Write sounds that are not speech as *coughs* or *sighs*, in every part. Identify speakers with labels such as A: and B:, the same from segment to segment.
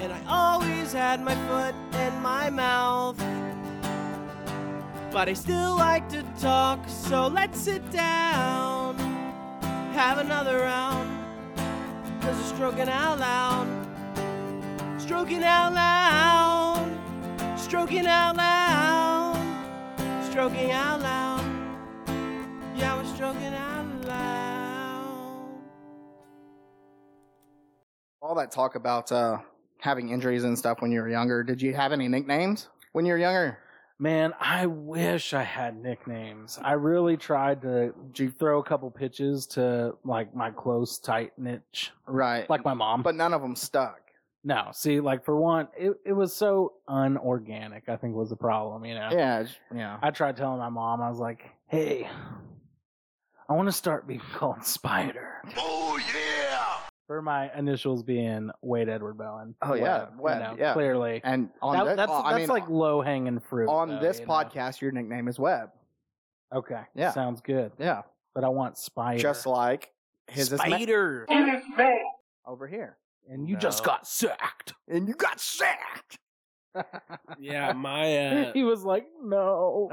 A: And I always had my foot in my mouth. But I still like to talk, so let's sit down. Have another round. Cause we're stroking out loud. Stroking out loud. Stroking out loud. Stroking out loud. Yeah, we're stroking out loud.
B: All that talk about uh, having injuries and stuff when you were younger. Did you have any nicknames when you were younger?
C: Man, I wish I had nicknames. I really tried to j- throw a couple pitches to like my close tight niche,
B: Right.
C: like my mom.
B: but none of them stuck.
C: no, see, like for one, it, it was so unorganic. I think was the problem. You know,
B: Yeah. it's- Yeah.
C: I tried telling my mom, I was like, "Hey, I want to start being *laughs* called Spider." Oh yeah. For my initials being Wade Edward Bowen.
B: Oh, yeah,
C: Webb, you
B: Webb,
C: know,
B: yeah.
C: Clearly,
B: And on
C: That-
B: this,
C: that's
B: oh, I
C: that's
B: mean,
C: like low hanging fruit.
B: on
C: though,
B: this
C: you know?
B: podcast, your nickname is Webb.
C: Okay.
B: Yeah.
C: Sounds good.
B: Yeah.
C: But I want Spider.
B: Just like his is ma-
C: Spider.
B: over here.
C: and you
A: No.
C: just got sacked.
B: And you got sacked.
A: Yeah, my uh,
C: *laughs* he was like, *laughs* no.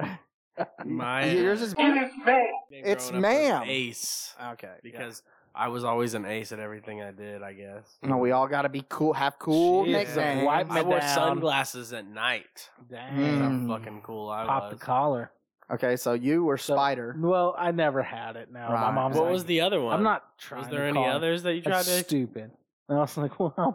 A: my
B: *laughs* Yours is
A: nickname
B: It's
A: growing up was
B: ma'am.
A: Ace
B: okay
A: because I was always an ace at everything I did. I guess.
B: No, we all gotta be cool. Have cool
C: Jesus,
B: nicknames.
C: wipe me
A: I wore
C: down.
A: sunglasses at night. That's
C: Dang.
B: Mm.
A: how fucking cool I
C: Pop the
A: was.
C: collar.
B: Okay, so you were
C: So-
B: Spider.
C: Well, I never had it. Now my
B: Right.
C: mom's
B: What
C: like,
A: What was the other one?
C: I'm not trying.
A: Was there
C: to
A: any
C: call him.
A: others that you tried
C: That's
A: to?
C: stupid. And I was like, well, how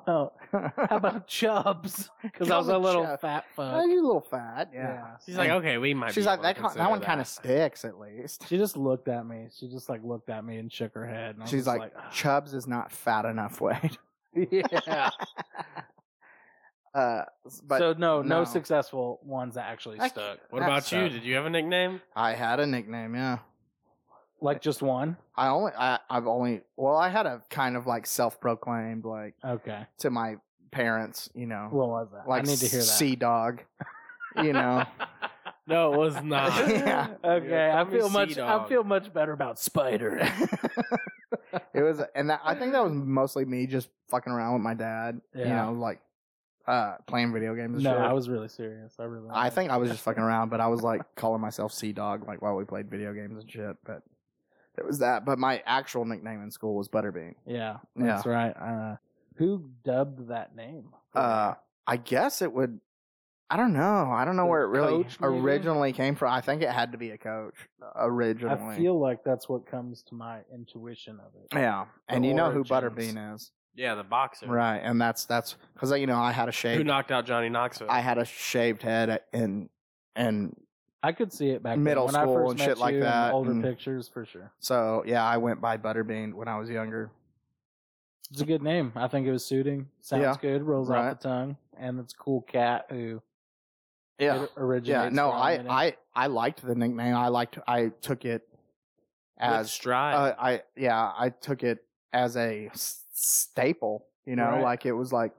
C: about how about Chubs? Because I was
B: Call
C: a
B: me
C: little
B: Chubb.
C: fat
B: Oh,
C: fuck.
B: you little fat. Yeah.
A: She's like, okay, we might.
B: She's
A: be
B: like
A: able
B: "Oh."
A: to
B: that. Con-
A: consider
B: that one kind of sticks at least.
C: She just looked at me. She just like looked at me and shook her head. And I was
B: She's
C: just
B: like, Chubbs is not fat enough, *laughs* Wade.
C: yeah.
B: Uh, but
C: so no, no,
B: no.
C: successful ones that actually
B: I-
C: stuck.
A: What about
B: That's
A: you?
B: tough.
A: Did you have a nickname?
B: I had a nickname. Yeah.
C: Like just one.
B: I only. I, I've only. Well, I had a kind of like self-proclaimed like
C: Okay.
B: to my parents. You know,
C: What was that?
B: like
C: I need to hear that.
B: Sea dog. You
C: *laughs*
B: know. *laughs*
A: No, *laughs* it was not.
B: Uh, Yeah.
A: *laughs*
C: Okay,
A: Yeah, call
C: I
A: me
C: feel much.
A: Sea-Dog.
C: I feel much better about Spider. *laughs*
B: it was and that, i think that was mostly me just fucking around with my dad you
C: Yeah.
B: know like uh playing video games and
C: no,
B: shit.
C: I was really serious. I really.
B: I think i was just fucking around but i was like calling myself sea dog like while we played video games and shit but it was that but my actual nickname in school was butterbean
C: Yeah, that's right. Uh, who dubbed that name?
B: uh i guess it would i don't know i don't know
C: The
B: where it really
C: coach, maybe?
B: originally came from i think it had to be a coach uh, originally
C: I feel like that's what comes to my intuition of it.
B: yeah and you know who
C: origins.
B: butterbean is
A: yeah, the boxer
B: right and that's that's because you know i had
A: who
B: a shave
A: knocked out Johnny Knoxville.
B: I had a shaved head uh, and and
C: I could see it back then.
B: Middle
C: when I
B: school
C: first
B: and
C: met
B: shit like
C: you in
B: that,
C: Older
B: and-
C: pictures for sure.
B: so yeah, I went by Butterbean when I was younger.
C: It's a good name. I think it was suiting. Sounds
B: Yeah.
C: good. Rolls
B: Right.
C: off the tongue, and it's a cool cat who
B: Yeah,
C: it originates.
B: yeah. No,
C: from
B: I
C: and it-
B: I I liked the nickname. I liked I took it
A: With
B: as
A: stride.
B: uh, I yeah I took it as a s- staple. You know,
C: Right.
B: like it was like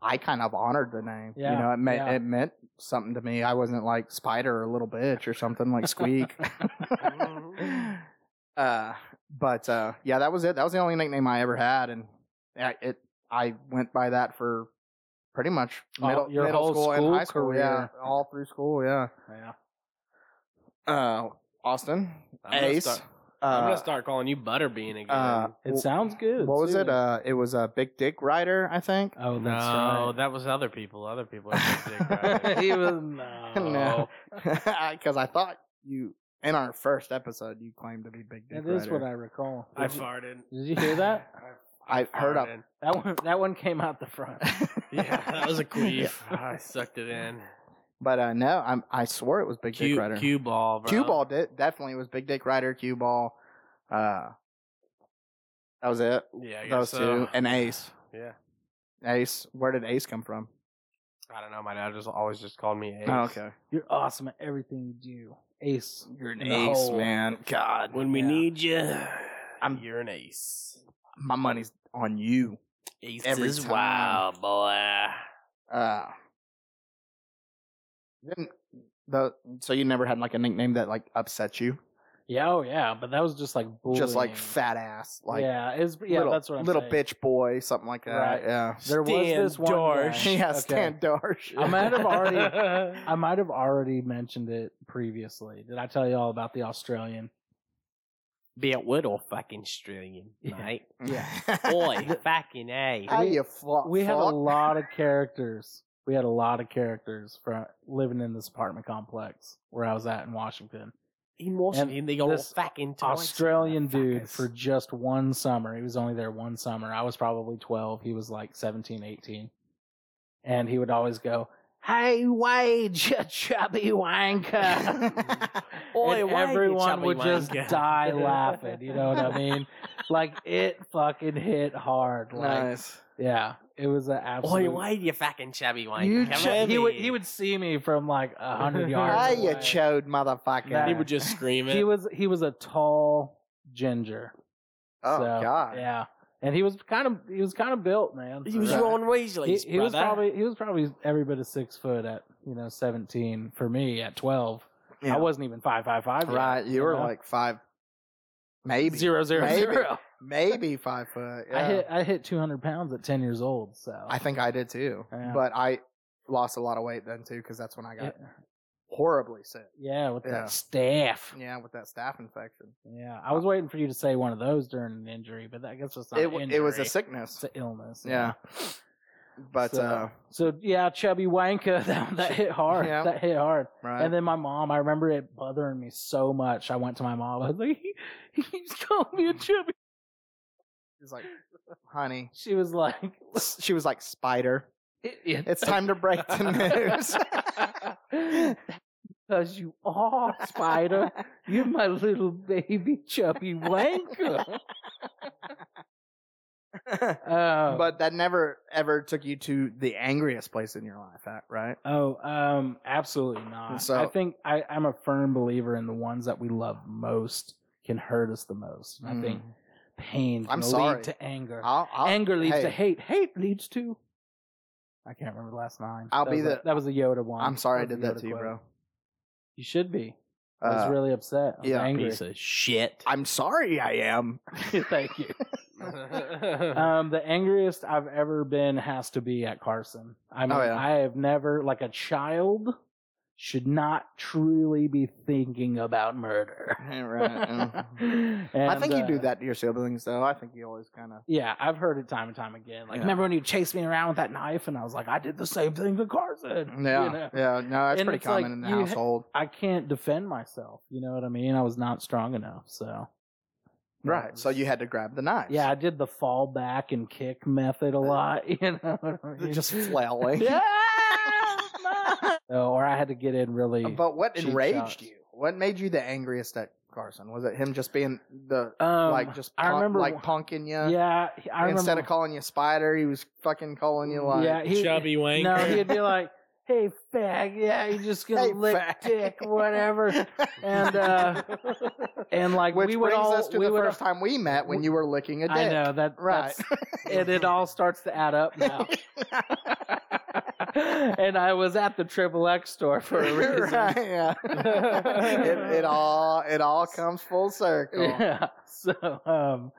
B: I kind of honored the name.
C: Yeah,
B: You know, it meant
C: yeah.
B: it meant something to me. I wasn't like Spider or Little Bitch or something like
C: *laughs*
B: Squeak. uh, but uh, yeah, that was it. That was the only nickname I ever had, and I, it I went by that for pretty much
C: All-
B: middle,
C: your
B: middle
C: whole
B: school, and
C: school
B: high school. Yeah, all through school. Yeah.
C: Yeah.
B: Uh, Austin
A: I'm gonna
B: Ace.
A: start-
B: uh,
A: I'm gonna start calling you Butterbean again.
B: uh,
C: It sounds good.
B: what was
C: too.
B: it? Uh, it was a Big Dick Rider, I
C: *laughs*
B: think.
C: oh, that's
A: no,
C: right.
A: that was other people. Other people. had Big
B: *laughs*
A: Dick Rider.
C: he was no.
B: No. Because I thought you in our first episode you claimed to be Big Dick
C: That
B: Rider.
C: is what I recall.
A: I
C: Did you,
A: farted.
C: did you
A: *laughs*
C: hear that?
B: I heard of-
A: farted.
C: That one. That one came out
B: *laughs*
C: the front.
A: Yeah, that was a queef. I sucked it in.
B: But uh, no, I'm, I swore it was Big Dick
A: Cue,
B: Rider.
A: cue ball, bro.
B: Cue ball did, definitely was Big Dick Rider, cue ball. Uh, that was it.
A: Yeah, I guess
B: Those
A: so.
B: two and Ace.
A: Yeah.
B: Ace. Where did Ace come from?
A: I don't know. My dad just always just called me Ace.
B: Oh, okay.
C: You're awesome at everything you do, Ace.
B: You're an
C: In the ace, hole.
B: man. God,
A: When we
C: Yeah.
A: need you,
B: I'm-
A: you're an ace.
B: my money's on you.
A: Ace
B: Every
A: is
B: time.
A: wild, boy.
B: Uh, didn't the so you never had like a nickname that like upset you?
C: Yeah, oh yeah, but that was just like bullying.
B: Just like fat ass, like
C: yeah, it's yeah,
B: little,
C: that's what I'm
B: little
C: saying.
B: bitch boy, something like that.
C: Right.
B: Yeah. *laughs*
C: There was
D: Stan
C: this one
D: Dorsch.
C: guy-
B: yeah,
C: okay.
B: Stan Darsh. *laughs*
C: I might have
A: *laughs*
C: already,
D: already.
C: I might have already mentioned it previously. Did I tell you all about the Australian?
D: Be a little fucking Australian,
C: Yeah. *laughs*
D: mate.
B: yeah.
D: Boy, fucking A.
B: *laughs* How
C: We-
B: you fuck?
C: We had a
B: fuck? *laughs*
C: lot of characters. We had a lot of characters from living in this apartment complex where I was at in Washington.
D: In Washington, they got all
C: this
D: fucking tight.
C: Australian dude
D: Motherfuckers.
C: for just one summer. He was only there one summer. I was probably 12. He was like 17, 18. And he would always go, Hey, Wade, you chubby
D: *laughs*
C: wanker.
D: Oi,
C: and
D: Wade, you
C: everyone
D: chubby
C: would just
D: wanker. *laughs*
C: die laughing. You know what I mean? like, it fucking hit hard. Like,
B: Nice.
C: yeah, it was an absolute.
D: Oi, why you fucking chubby wanker?
C: You
D: Come
C: ch-
D: over
C: he would
D: here.
C: he would see me from like a
D: *laughs*
C: hundred yards.
B: How
C: away.
B: you chode, motherfucker?
C: Nah.
D: He would just scream it.
C: he was he was a tall ginger.
B: oh
C: so,
B: god.
C: Yeah, and he was kind of he was kind of built, man.
D: He was
C: So-
D: Ron
C: He,
D: Weasley's
C: he was
D: brother.
C: probably he was probably every bit of six foot at you know seventeen for me at twelve.
B: Yeah.
C: I wasn't even five five five. yet,
B: Right. You were
C: know?
B: like five, maybe
C: zero zero
B: Maybe.
C: zero.
B: maybe five foot. Yeah.
C: I hit I hit two hundred pounds at ten years old. So
B: I think I did too,
C: Yeah.
B: but I lost a lot of weight then too because that's when I got
C: yeah,
B: horribly sick.
C: yeah, with
B: Yeah.
C: that staff.
B: Yeah, with that staph infection.
C: Yeah, I was waiting for you to say one of those during an injury, but I guess it's not
B: It,
C: injury.
B: w- it was a sickness.
C: it's an illness.
B: Yeah. But
C: so,
B: uh,
C: so yeah, chubby wanker. *laughs* That, that hit hard.
B: Yeah.
C: That hit hard.
B: right.
C: And then my mom, I remember it bothering me so much. I went to my mom. I was like, he, he keeps calling me a chubby.
B: She's like, honey.
C: *laughs* She was like,
B: She was like, spider. It's time to break the news.
C: *laughs* because you are spider. You're my little baby chubby wanker.
B: *laughs*
C: Um,
B: but that never ever took you to the angriest place in your life, at- right?
C: Oh, um, absolutely not.
B: So-
C: I think I, I'm a firm believer in the ones that we love most can hurt us the most. And I think
B: Mm.
C: pain
B: I'm
C: can
B: sorry.
C: lead to anger.
B: I'll, I'll,
C: anger leads
B: hey,
C: to hate. Hate leads to. I can't remember the last line.
B: I'll
C: that
B: be
C: was a-
B: the-
C: that was a Yoda one.
B: I'm sorry I
C: was a
B: did that
C: Yoda
B: to you,
C: quote.
B: bro.
C: You should be. I was
B: Uh,
C: really upset. I was
B: yeah.
C: angry. *laughs*
D: Piece of *laughs* shit.
B: I'm sorry I am. *laughs*
C: Thank you.
A: *laughs*
C: Um, the angriest I've ever been has to be at Carson. I mean,
B: Oh, yeah.
C: I have never, like a child, should not truly be thinking about murder.
B: right.
C: *laughs*
B: yeah.
C: And,
B: Uh, I think you do
C: uh,
B: that to your siblings, though. I think you always kind of.
C: Yeah, I've heard it time and time again. Like,
B: Yeah.
C: remember when you chased me around with that knife? And I was like, I did the same thing to Carson. you
B: Yeah,
C: know?
B: yeah, no, that's
C: And
B: pretty
C: it's like
B: common in the
C: you ha-
B: household.
C: I can't defend myself. You know what I mean? I was not strong enough. So,
B: Right, so you had to grab the knife.
C: *laughs* yeah, I did the fall back and kick method a lot. *laughs* You know what
B: *laughs*
C: I
B: *laughs*
C: mean?
B: just *laughs*
C: *laughs*
B: flailing.
C: Yeah, Oh, or I had to get in really.
B: But what
C: Cheap
B: enraged
C: shots.
B: you? What made you the angriest at Carson? Was it him just being the
C: um,
B: like just
C: I
B: punk-
C: remember
B: like punking you?
C: Yeah, he- I remember.
B: Instead of calling you spider, he was fucking calling you like
C: yeah, he,
D: Chubby wanker.
C: No,
A: *laughs*
B: *laughs*
C: he'd be like, "Hey, fag, yeah, you just gonna
B: Hey,
C: lick
B: fag."
C: dick,
B: *laughs*
C: whatever," and uh, and like
B: Which
C: we would
B: brings
C: all
B: us to
C: we
B: the
C: would.
B: first time we met when you were licking a dick.
C: I know that
B: Right. *laughs*
C: that's- and it all starts to add up now. *laughs* and I was at the Triple X store for a
B: *laughs*
C: reason.
B: right, yeah. *laughs* it, *laughs* it all it all comes full circle.
C: *laughs* Yeah. So um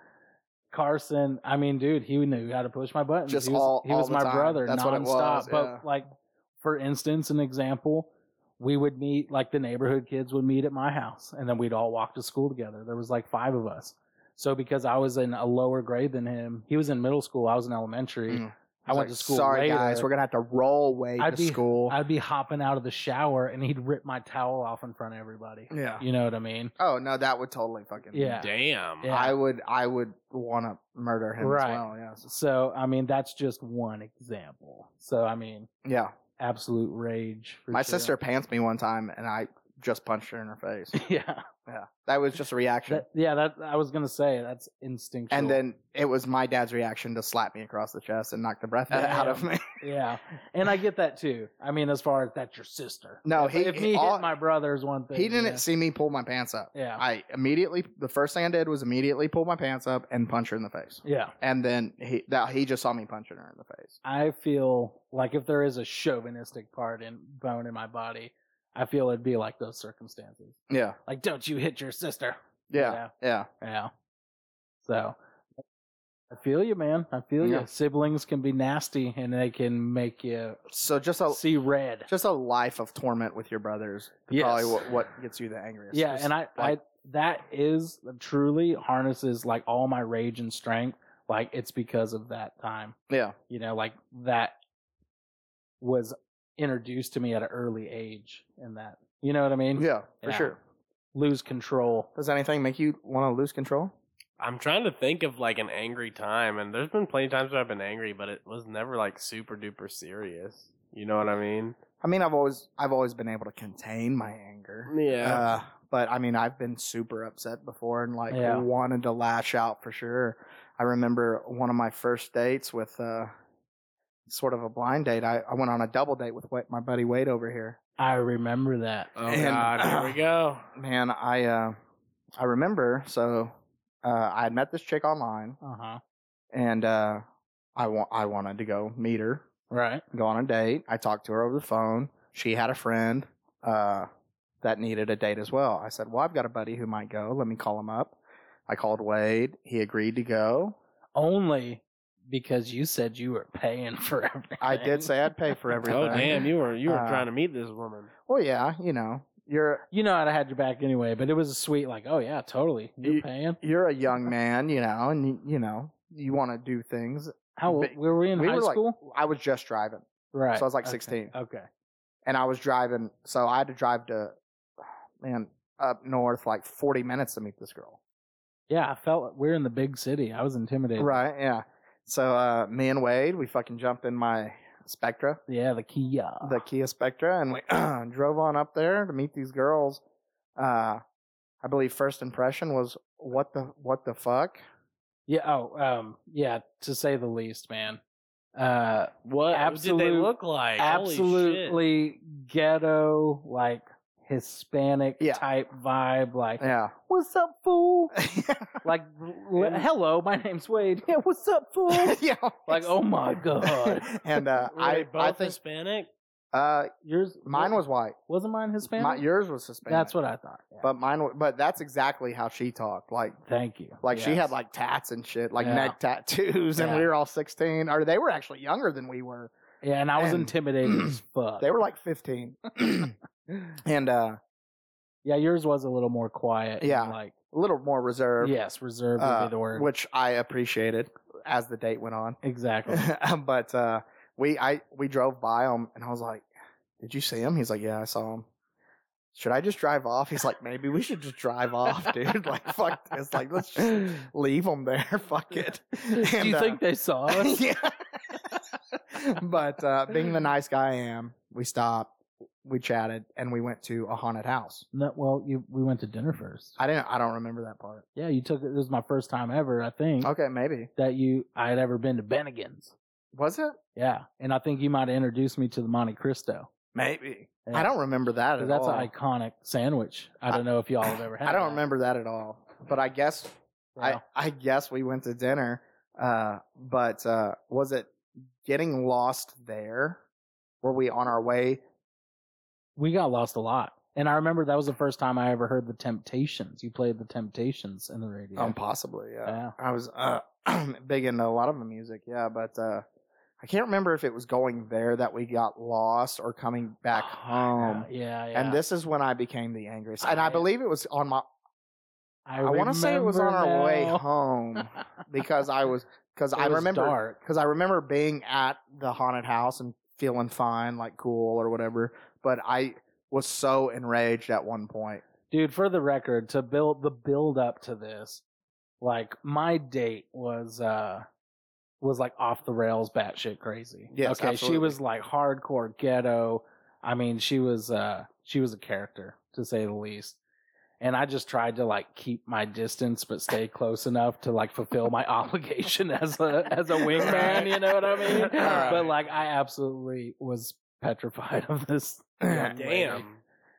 C: Carson, I mean, dude, he knew how to push my buttons.
B: Just
C: he was,
B: all-
C: he was
B: all the
C: my
B: time.
C: brother
B: That's
C: nonstop.
B: what it was, yeah.
C: But like for instance, an example, we would meet like the neighborhood kids would meet at my house and then we'd all walk to school together. There was like five of us. So because I was in a lower grade than him, he was in middle school, I was in elementary.
B: Mm.
C: I went
B: Like,
C: to school.
B: Sorry
C: later.
B: guys, we're gonna have to roll away
C: I'd
B: to
C: be-
B: school.
C: I'd be hopping out of the shower and he'd rip my towel off in front of everybody.
B: yeah.
C: You know what I mean?
B: Oh no, that would totally fucking
C: Yeah.
D: Damn.
C: Yeah.
B: I would I would want to murder him
C: Right.
B: as well. Yes.
C: So, I mean, that's just one example. So, I mean,
B: Yeah.
C: absolute rage. For
B: My
C: sure.
B: sister pants me one time, and I just punched her in her face.
C: *laughs* Yeah.
B: yeah. That was just a reaction.
C: That, yeah, that I was gonna say that's instinctual.
B: and then it was my dad's reaction to slap me across the chest and knock the breath *laughs* out of me.
C: yeah, and I get that too. I mean, as far as that's your sister.
B: No,
C: if,
B: he-
C: if
B: he-
C: me hit
B: all-
C: my brother is one thing.
B: he didn't
C: yeah.
B: see me pull my pants up.
C: Yeah.
B: I immediately the first thing I did was immediately pull my pants up and punch her in the face.
C: yeah,
B: And then he that he just saw me punching her in the face.
C: I feel like if there is a chauvinistic part in bone in my body, I feel it'd be like those circumstances.
B: Yeah.
C: Like, don't you hit your sister?
B: Yeah.
C: Yeah.
B: Yeah.
C: Yeah. So I feel you, man. I feel
B: Yeah.
C: you. Siblings can be nasty and they can make you
B: So just a
C: see red.
B: just a life of torment with your brothers. is
C: Yes.
B: Probably what, what gets you the angriest.
C: yeah,
B: Just
C: and I, I
B: like-
C: that is truly harnesses like all my rage and strength. Like it's because of that time.
B: yeah.
C: You know, like that was introduced to me at an early age and that you know what I mean?
B: Yeah. For
C: Yeah.
B: sure.
C: Lose control.
B: Does anything make you want to lose control?
A: I'm trying to think of like an angry time, and there's been plenty of times where I've been angry, but it was never like super duper serious. You know what I mean?
B: I mean, I've always I've always been able to contain my anger.
A: Yeah.
B: Uh, but I mean, I've been super upset before and like
C: Yeah.
B: wanted to lash out for sure. I remember one of my first dates with uh, sort of a blind date. I, I went on a double date with Wa- my buddy Wade over here.
C: I remember that.
A: oh
B: and-
A: God, here we go.
B: Man, I uh, I remember. So uh, I had met this chick online,
C: Uh huh.
B: and uh, I wa- I wanted to go meet her,
C: Right.
B: go on a date. I talked to her over the phone. She had a friend uh, that needed a date as well. I said, "Well, I've got a buddy who might go. Let me call him up." I called Wade. He agreed to go.
C: only because you said you were paying *laughs* for everything.
B: I did say I'd pay for everything.
A: *laughs* Oh damn, you were you were
B: Uh,
A: trying to meet this woman.
B: Well, yeah, you know, you're
C: You know, I'd have had your back anyway, but it was a sweet, like, oh yeah, totally. You're
B: You-
C: paying.
B: you're
A: *laughs*
B: a young man, you know, and you, you know you want to do things.
C: How old
B: but
C: were we in
B: we
C: high
B: were like-
C: school?
B: I was just driving,
C: right.
B: so I was like
C: Okay.
B: 16.
C: Okay.
B: and I was driving, so I had to drive to, man, up north like 40 minutes to meet this girl.
C: Yeah, I felt like we're in the big city. I was intimidated.
B: Right? Yeah. So uh, me and Wade, we fucking jumped in my Spectra,
C: Yeah, the Kia.
B: the Kia Spectra, and we *clears throat* drove on up there to meet these girls. Uh, I believe first impression was what the what the fuck.
C: yeah. Oh, um, yeah. To say the least, man. Uh,
A: What did they
C: absolute-
A: look like? Holy shit.
C: absolutely ghetto, like Hispanic
B: Yeah.
C: type vibe. Like,
B: Yeah.
C: what's up,
B: *laughs*
C: fool? like,
B: And-
C: hello, my name's Wade. Yeah, what's up, fool?
B: *laughs* yeah.
C: *laughs* Like, oh my god.
B: and uh,
A: *laughs* Were they
B: I
A: both
B: I think
A: Hispanic.
B: uh,
C: Yours
B: mine
C: *laughs*
B: was white.
C: wasn't mine Hispanic.
B: My, yours was Hispanic.
C: That's what I thought. Yeah.
B: But mine, wa- but that's exactly how she talked. Like,
C: Thank you.
B: like she
C: Yes.
B: had like tats and shit, like
C: Yeah.
B: neck tattoos, and
C: Yeah.
B: we were all sixteen, or they were actually younger than we were.
C: yeah, and I was
B: and- *clears throat*
C: intimidated as fuck.
B: They were like
C: *clears throat*
B: fifteen, and uh,
C: yeah, yours was a little more quiet. and,
B: Yeah.
C: like
B: a little more reserved,
C: yes, reserved would
B: uh,
C: be the word.
B: which I appreciated as the date went on. *laughs*
C: exactly.
B: but uh, we, I, we drove by him, and I was like, "Did you see him?" He's like, "Yeah, I saw him." Should I just drive off? He's like, maybe we should just drive off, dude. *laughs* Like, fuck this. Like, let's just
C: *laughs*
B: leave him there. *laughs* Fuck it.
C: Do you think
B: *laughs*
C: they saw us?
B: uh, yeah. but uh, being the nice guy I am, we stopped, we chatted, and we went to a haunted house.
C: no. Well, you we went to dinner first.
B: I didn't. I don't remember that part.
C: yeah, you took it. This was my first time ever. I think
B: Okay, maybe
C: that you I had ever been to Bennigan's.
B: was it?
C: Yeah, and I think you might have introduced me to the Monte Cristo.
B: Maybe
C: Yeah.
B: I don't remember that
C: 'Cause
B: at
C: That's
B: all.
C: an iconic sandwich. I don't know if y'all
B: *sighs*
C: have ever had.
B: I don't
C: that.
B: remember that at all. But I guess
C: Yeah.
B: I I guess we went to dinner. Uh, but uh, was it getting lost there? Were we on our way?
C: we got lost a lot. And I remember that was the first time I ever heard the Temptations. You played the Temptations in the radio.
B: Um, possibly. Yeah.
C: yeah.
B: I was uh, *clears throat* big into a lot of the music, yeah, but uh, I can't remember if it was going there that we got lost or coming back home.
C: Yeah, Oh, yeah.
B: Um, And this is when I became the angriest. And I,
C: I-
B: believe it was on my, I, want to say it was on
C: remember
B: our way
C: now. *laughs*
B: home because I was, because
C: It
B: I
C: was
B: remember,
C: dark.
B: because I remember being at the haunted house and feeling fine, like cool or whatever. But I was so enraged at one point.
C: Dude, for the record, to build the build up to this, like my date was uh was like off the rails batshit crazy.
B: Yes,
C: okay, she
B: absolutely.
C: was like hardcore ghetto. I mean, she was uh she was a character to say the least. And I just tried to like keep my distance but stay close enough to like fulfill my *laughs* obligation as a as a wingman, you know what
B: *laughs*
C: I mean?
B: Alright.
C: But like I absolutely was petrified
B: *clears throat*
C: of this. young lady.
A: Damn.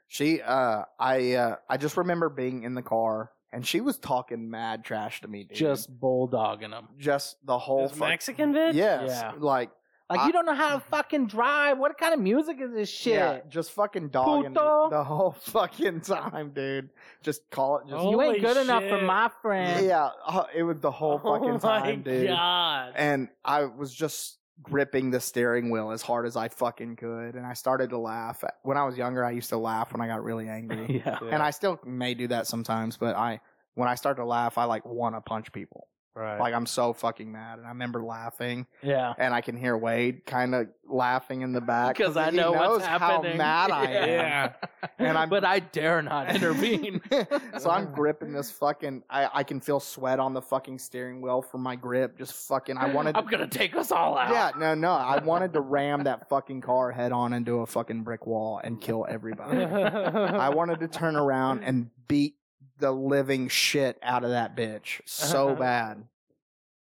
B: She, uh, I, uh, I just remember being in the car and she was talking mad trash to me, dude.
C: Just bulldogging them.
B: just the whole
A: This
B: fuck-
A: Mexican bitch.
B: Yes,
C: Yeah.
B: like
C: Like
B: I- Mm-hmm.
C: you don't know how to fucking drive. What kind of music is this shit?
B: Yeah, just fucking dogging
C: Puto.
B: the whole *laughs* fucking time, dude. Just call it. Just
A: Oh,
C: you
A: Holy
C: ain't good enough for
A: shit.
C: my friend.
B: yeah, uh, it was
A: *laughs*
B: the whole fucking time, dude.
A: Oh god.
B: And I was just gripping the steering wheel as hard as I fucking could, and I started to laugh. When I was younger, I used to laugh when I got really angry.
C: *laughs* yeah.
B: and I still may do that sometimes, but I when I start to laugh, I like want to punch people.
A: Right. *laughs*
B: Like I'm so fucking mad, and I remember laughing,
C: Yeah.
B: and I can hear Wade kind of laughing in the back
C: 'Cause I
B: he
C: know what's
B: knows
C: happening.
B: how mad
C: *laughs*
B: I am.
A: yeah.
B: And I'm-
C: but I
B: *laughs*
C: dare not intervene.
B: so I'm gripping this fucking. I, I can feel sweat on the fucking steering wheel from my grip. Just fucking. I wanted.
C: *laughs* I'm gonna take us all
B: *laughs*
C: out.
B: yeah, no, no. I wanted to ram that fucking car head on into a fucking brick wall and kill everybody.
C: *laughs*
B: I wanted to turn around and beat the living shit out of that bitch
C: Uh-huh.
B: so bad.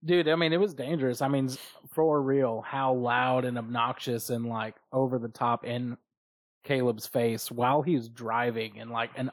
C: dude i mean it was dangerous i mean s- for real how loud and obnoxious and like over the top in caleb's face while he's driving in like an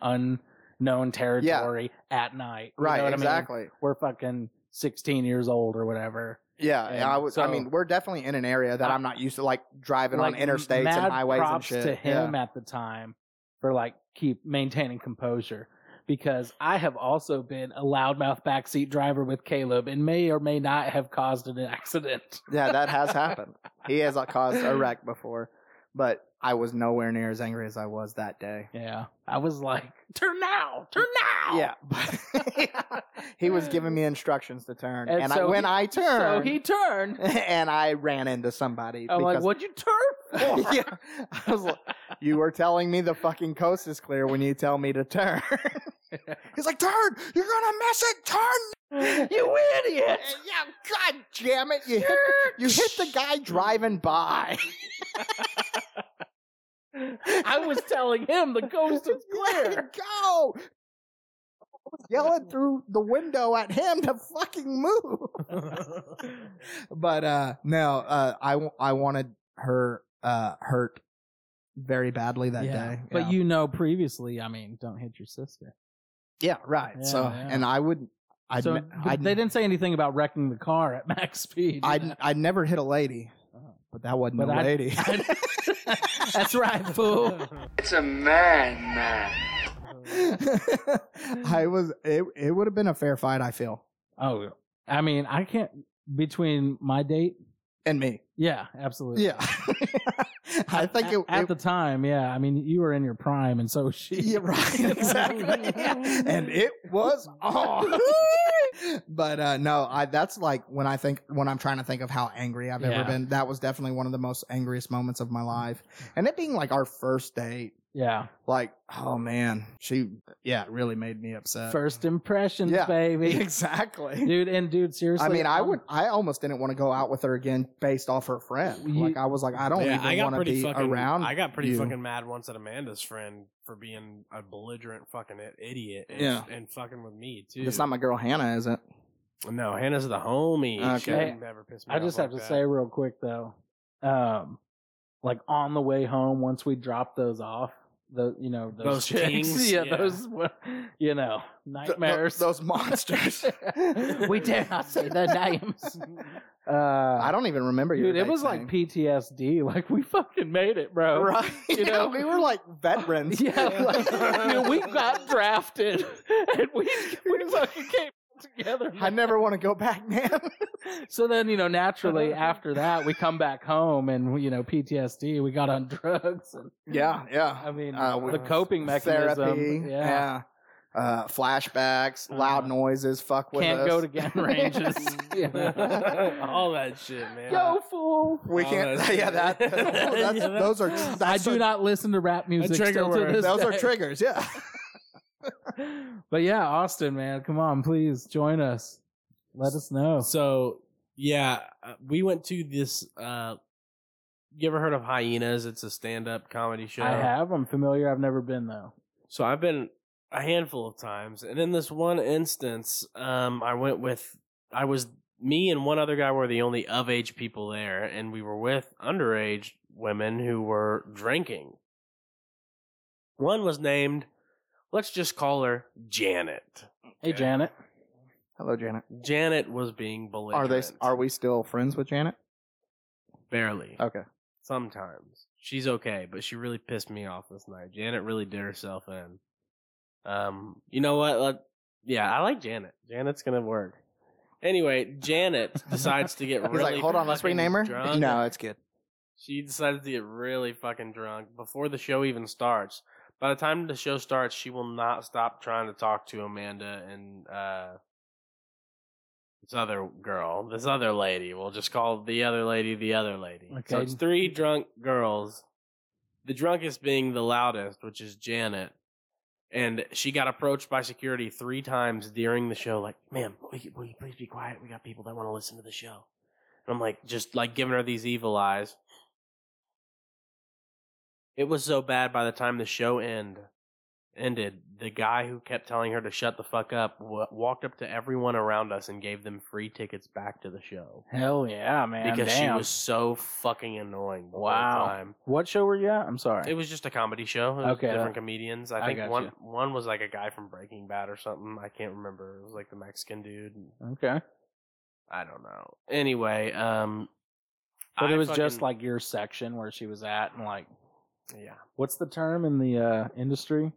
C: unknown territory at night You know
B: Right,
C: what I mean?
B: exactly.
C: we're fucking 16 years old or whatever
B: Yeah, and
C: And
B: I was. I
C: so-
B: mean, we're definitely in an area that I'm not used to, like driving
C: like
B: on interstates
C: mad
B: and highways and
C: props
B: shit.
C: to him at the time for like keep maintaining composure because I have also been a loudmouth backseat driver with Caleb and may or may not have caused an accident.
B: Yeah, yeah, that
C: *laughs*
B: has happened. He has uh, caused a wreck before, but I was nowhere near as angry as I was that day.
C: Yeah. I was like, turn now, *laughs* turn now.
B: Yeah, *laughs* but he was giving me instructions to turn,
C: And
B: and, I,
C: so
B: when
C: he-
B: I
C: So
B: turned, *laughs*
C: he turned.
B: and I ran into somebody.
C: I'm like,
B: because
C: what'd you turn *laughs*
B: *laughs*
C: for?
B: yeah, I was like, you were telling me the fucking coast is clear when you tell me to turn. *laughs* He's like, turn! You're gonna miss it!
C: *laughs*
B: Turn!
C: you idiot.
B: Yeah, god damn it! You hit, you hit the
C: *laughs*
B: guy driving by. *laughs*
C: I was telling him the ghost is
B: Let
C: clear.
B: it go! I was Yelling through the window at him to fucking move. *laughs* but uh no, uh, I w- I wanted her uh hurt very badly *laughs* that day.
C: But
B: Yeah.
C: you know, previously, I mean, don't hit your sister.
B: Yeah, right. so,
C: Yeah, yeah.
B: and I would, I'd,
C: so
B: ne-
C: but
B: I'd,
C: they didn't say anything about wrecking the car at max speed.
B: I'd, I'd never hit a lady,
C: Oh.
B: but that wasn't
C: But
B: a
C: *laughs* I-
B: lady.
C: *laughs* That's right, fool.
E: It's a man, man.
B: *laughs* I was, it, it would have been a fair fight, I feel.
C: Oh, I mean, I can't. Between my date,
B: And me.
C: yeah, absolutely.
B: Yeah. *laughs* I think
C: at,
B: it,
C: at
B: it
C: the time, yeah. I mean, you were in your prime, and so she.
B: yeah,
C: *laughs*
B: right, exactly. and it was on. *laughs* but uh no, I that's like when I think when I'm trying to think of how angry I've
C: Yeah. Mm-hmm.
B: ever been, that was definitely one of the most angriest moments of my life. And it being like our first date,
C: Yeah.
B: like oh man she yeah it really made me upset
C: First impressions,
B: yeah.
C: baby.
B: *laughs* exactly
C: Dude, and dude, seriously.
B: i mean i
C: I'm-
B: would i almost didn't want to go out with her again based off her friend
C: You-
B: like i was like i don't
A: yeah, I
B: even
A: got
B: want to
A: pretty
B: be
A: fucking
B: around
A: I got pretty
B: you.
A: fucking mad once at Amanda's friend for being a belligerent fucking i- idiot. And,
B: Yeah.
A: and fucking with me too.
B: it's not my girl hannah
A: *laughs*
B: is it
A: no, Hannah's the homie. She
B: Okay.
A: would never piss me
C: I
A: off
C: just
A: like
C: have to
A: that.
C: say real quick though, um, like on the way home, once we dropped those off, the you know those,
A: Those
C: chicks,
A: kings,
C: *laughs* yeah,
A: yeah.
C: those were- you know
B: Th- th-
C: nightmares.
B: those monsters
C: *laughs* we dare not say
B: *laughs*
C: their names. Uh, I
B: i don't even remember your
C: Dude, it
B: date's
C: was
B: name.
C: like PTSD. *laughs* Like we fucking made it, bro.
B: *laughs* right
C: you
B: you
C: know?
B: know we were like veterans
C: *laughs* Yeah,
B: *laughs*
C: like,
B: Yeah.
C: dude, we got drafted, *laughs* and we we fucking came together. *laughs*
B: i never want to go back man
C: So then, you know,
B: *laughs*
C: naturally after that, we come back home and you know PTSD. We got on drugs. And,
B: yeah yeah
C: I mean,
B: Uh, we-
C: the coping mechanism.
B: therapy,
C: yeah.
B: yeah, Uh, flashbacks, loud
C: Uh,
B: noises, fuck with
C: can't
B: us. Oh,
C: go to gun ranges.
B: *laughs*
C: *laughs* you know.
A: *laughs* All that shit, man.
C: Yo, fool.
B: We
A: Oh,
B: can't.
A: that's-
B: *laughs* yeah,
C: *laughs*
B: that. That's,
A: Yeah, that-
B: those are. That's
C: I do
B: a-
C: not listen to rap music
A: trigger
C: still to
A: word.
C: this
B: Those are
C: day.
B: triggers. Yeah.
C: But yeah, Austin, man, come on, please join us. Let us know.
A: So yeah, uh, we went to this. uh You ever heard of Hyenas? It's a stand-up comedy show.
C: I have. I'm familiar. I've never been though.
A: So I've been a handful of times, and in this one instance, um, I went with I was me and one other guy were the only of age people there, and we were with underage women who were drinking. One was named, let's just call her Janet.
C: Hey, Janet.
B: *laughs* Hello, Janet.
A: Janet was being belligerent.
B: Are they? Are we still friends with Janet?
A: Barely.
B: Okay.
A: Sometimes. She's okay, but she really pissed me off this night. Janet really did herself in. Um, you know what? Let- yeah, I like Janet. Janet's gonna work. Anyway,
B: *laughs*
A: Janet decides to get
B: He's
A: really
B: like, hold on, let's
A: fucking
B: rename her.
A: drunk.
B: *laughs* No, it's good.
A: She decides to get really fucking drunk before the show even starts. By the time the show starts, she will not stop trying to talk to Amanda and uh, this other girl, this other lady. We'll just call the other lady the other lady. So
C: Okay.
A: it's three drunk girls. The drunkest being the loudest, which is Janet. And she got approached by security three times during the show, like, ma'am, will you, will you please be quiet? We got people that want to listen to the show. And I'm like, just like giving her these evil eyes. It was so bad by the time the show end ended, the guy who kept telling her to shut the fuck up wa walked up to everyone around us and gave them free tickets back to the show
C: Hell yeah, man.
A: because she
C: damn.
A: was so fucking annoying the
C: Wow.
A: whole time.
C: What show were you at? I'm sorry.
A: It was just a comedy show. It was
C: Okay.
A: different comedians. I
C: I
A: think
C: got
A: one
C: you.
A: one was like a guy from Breaking Bad or something. I can't remember. It was like the Mexican dude. and
C: okay.
A: I don't know. Anyway, um,
C: But
A: I
C: it was
A: fucking-
C: just like your section where she was at and like
A: yeah.
C: what's the term in the uh industry?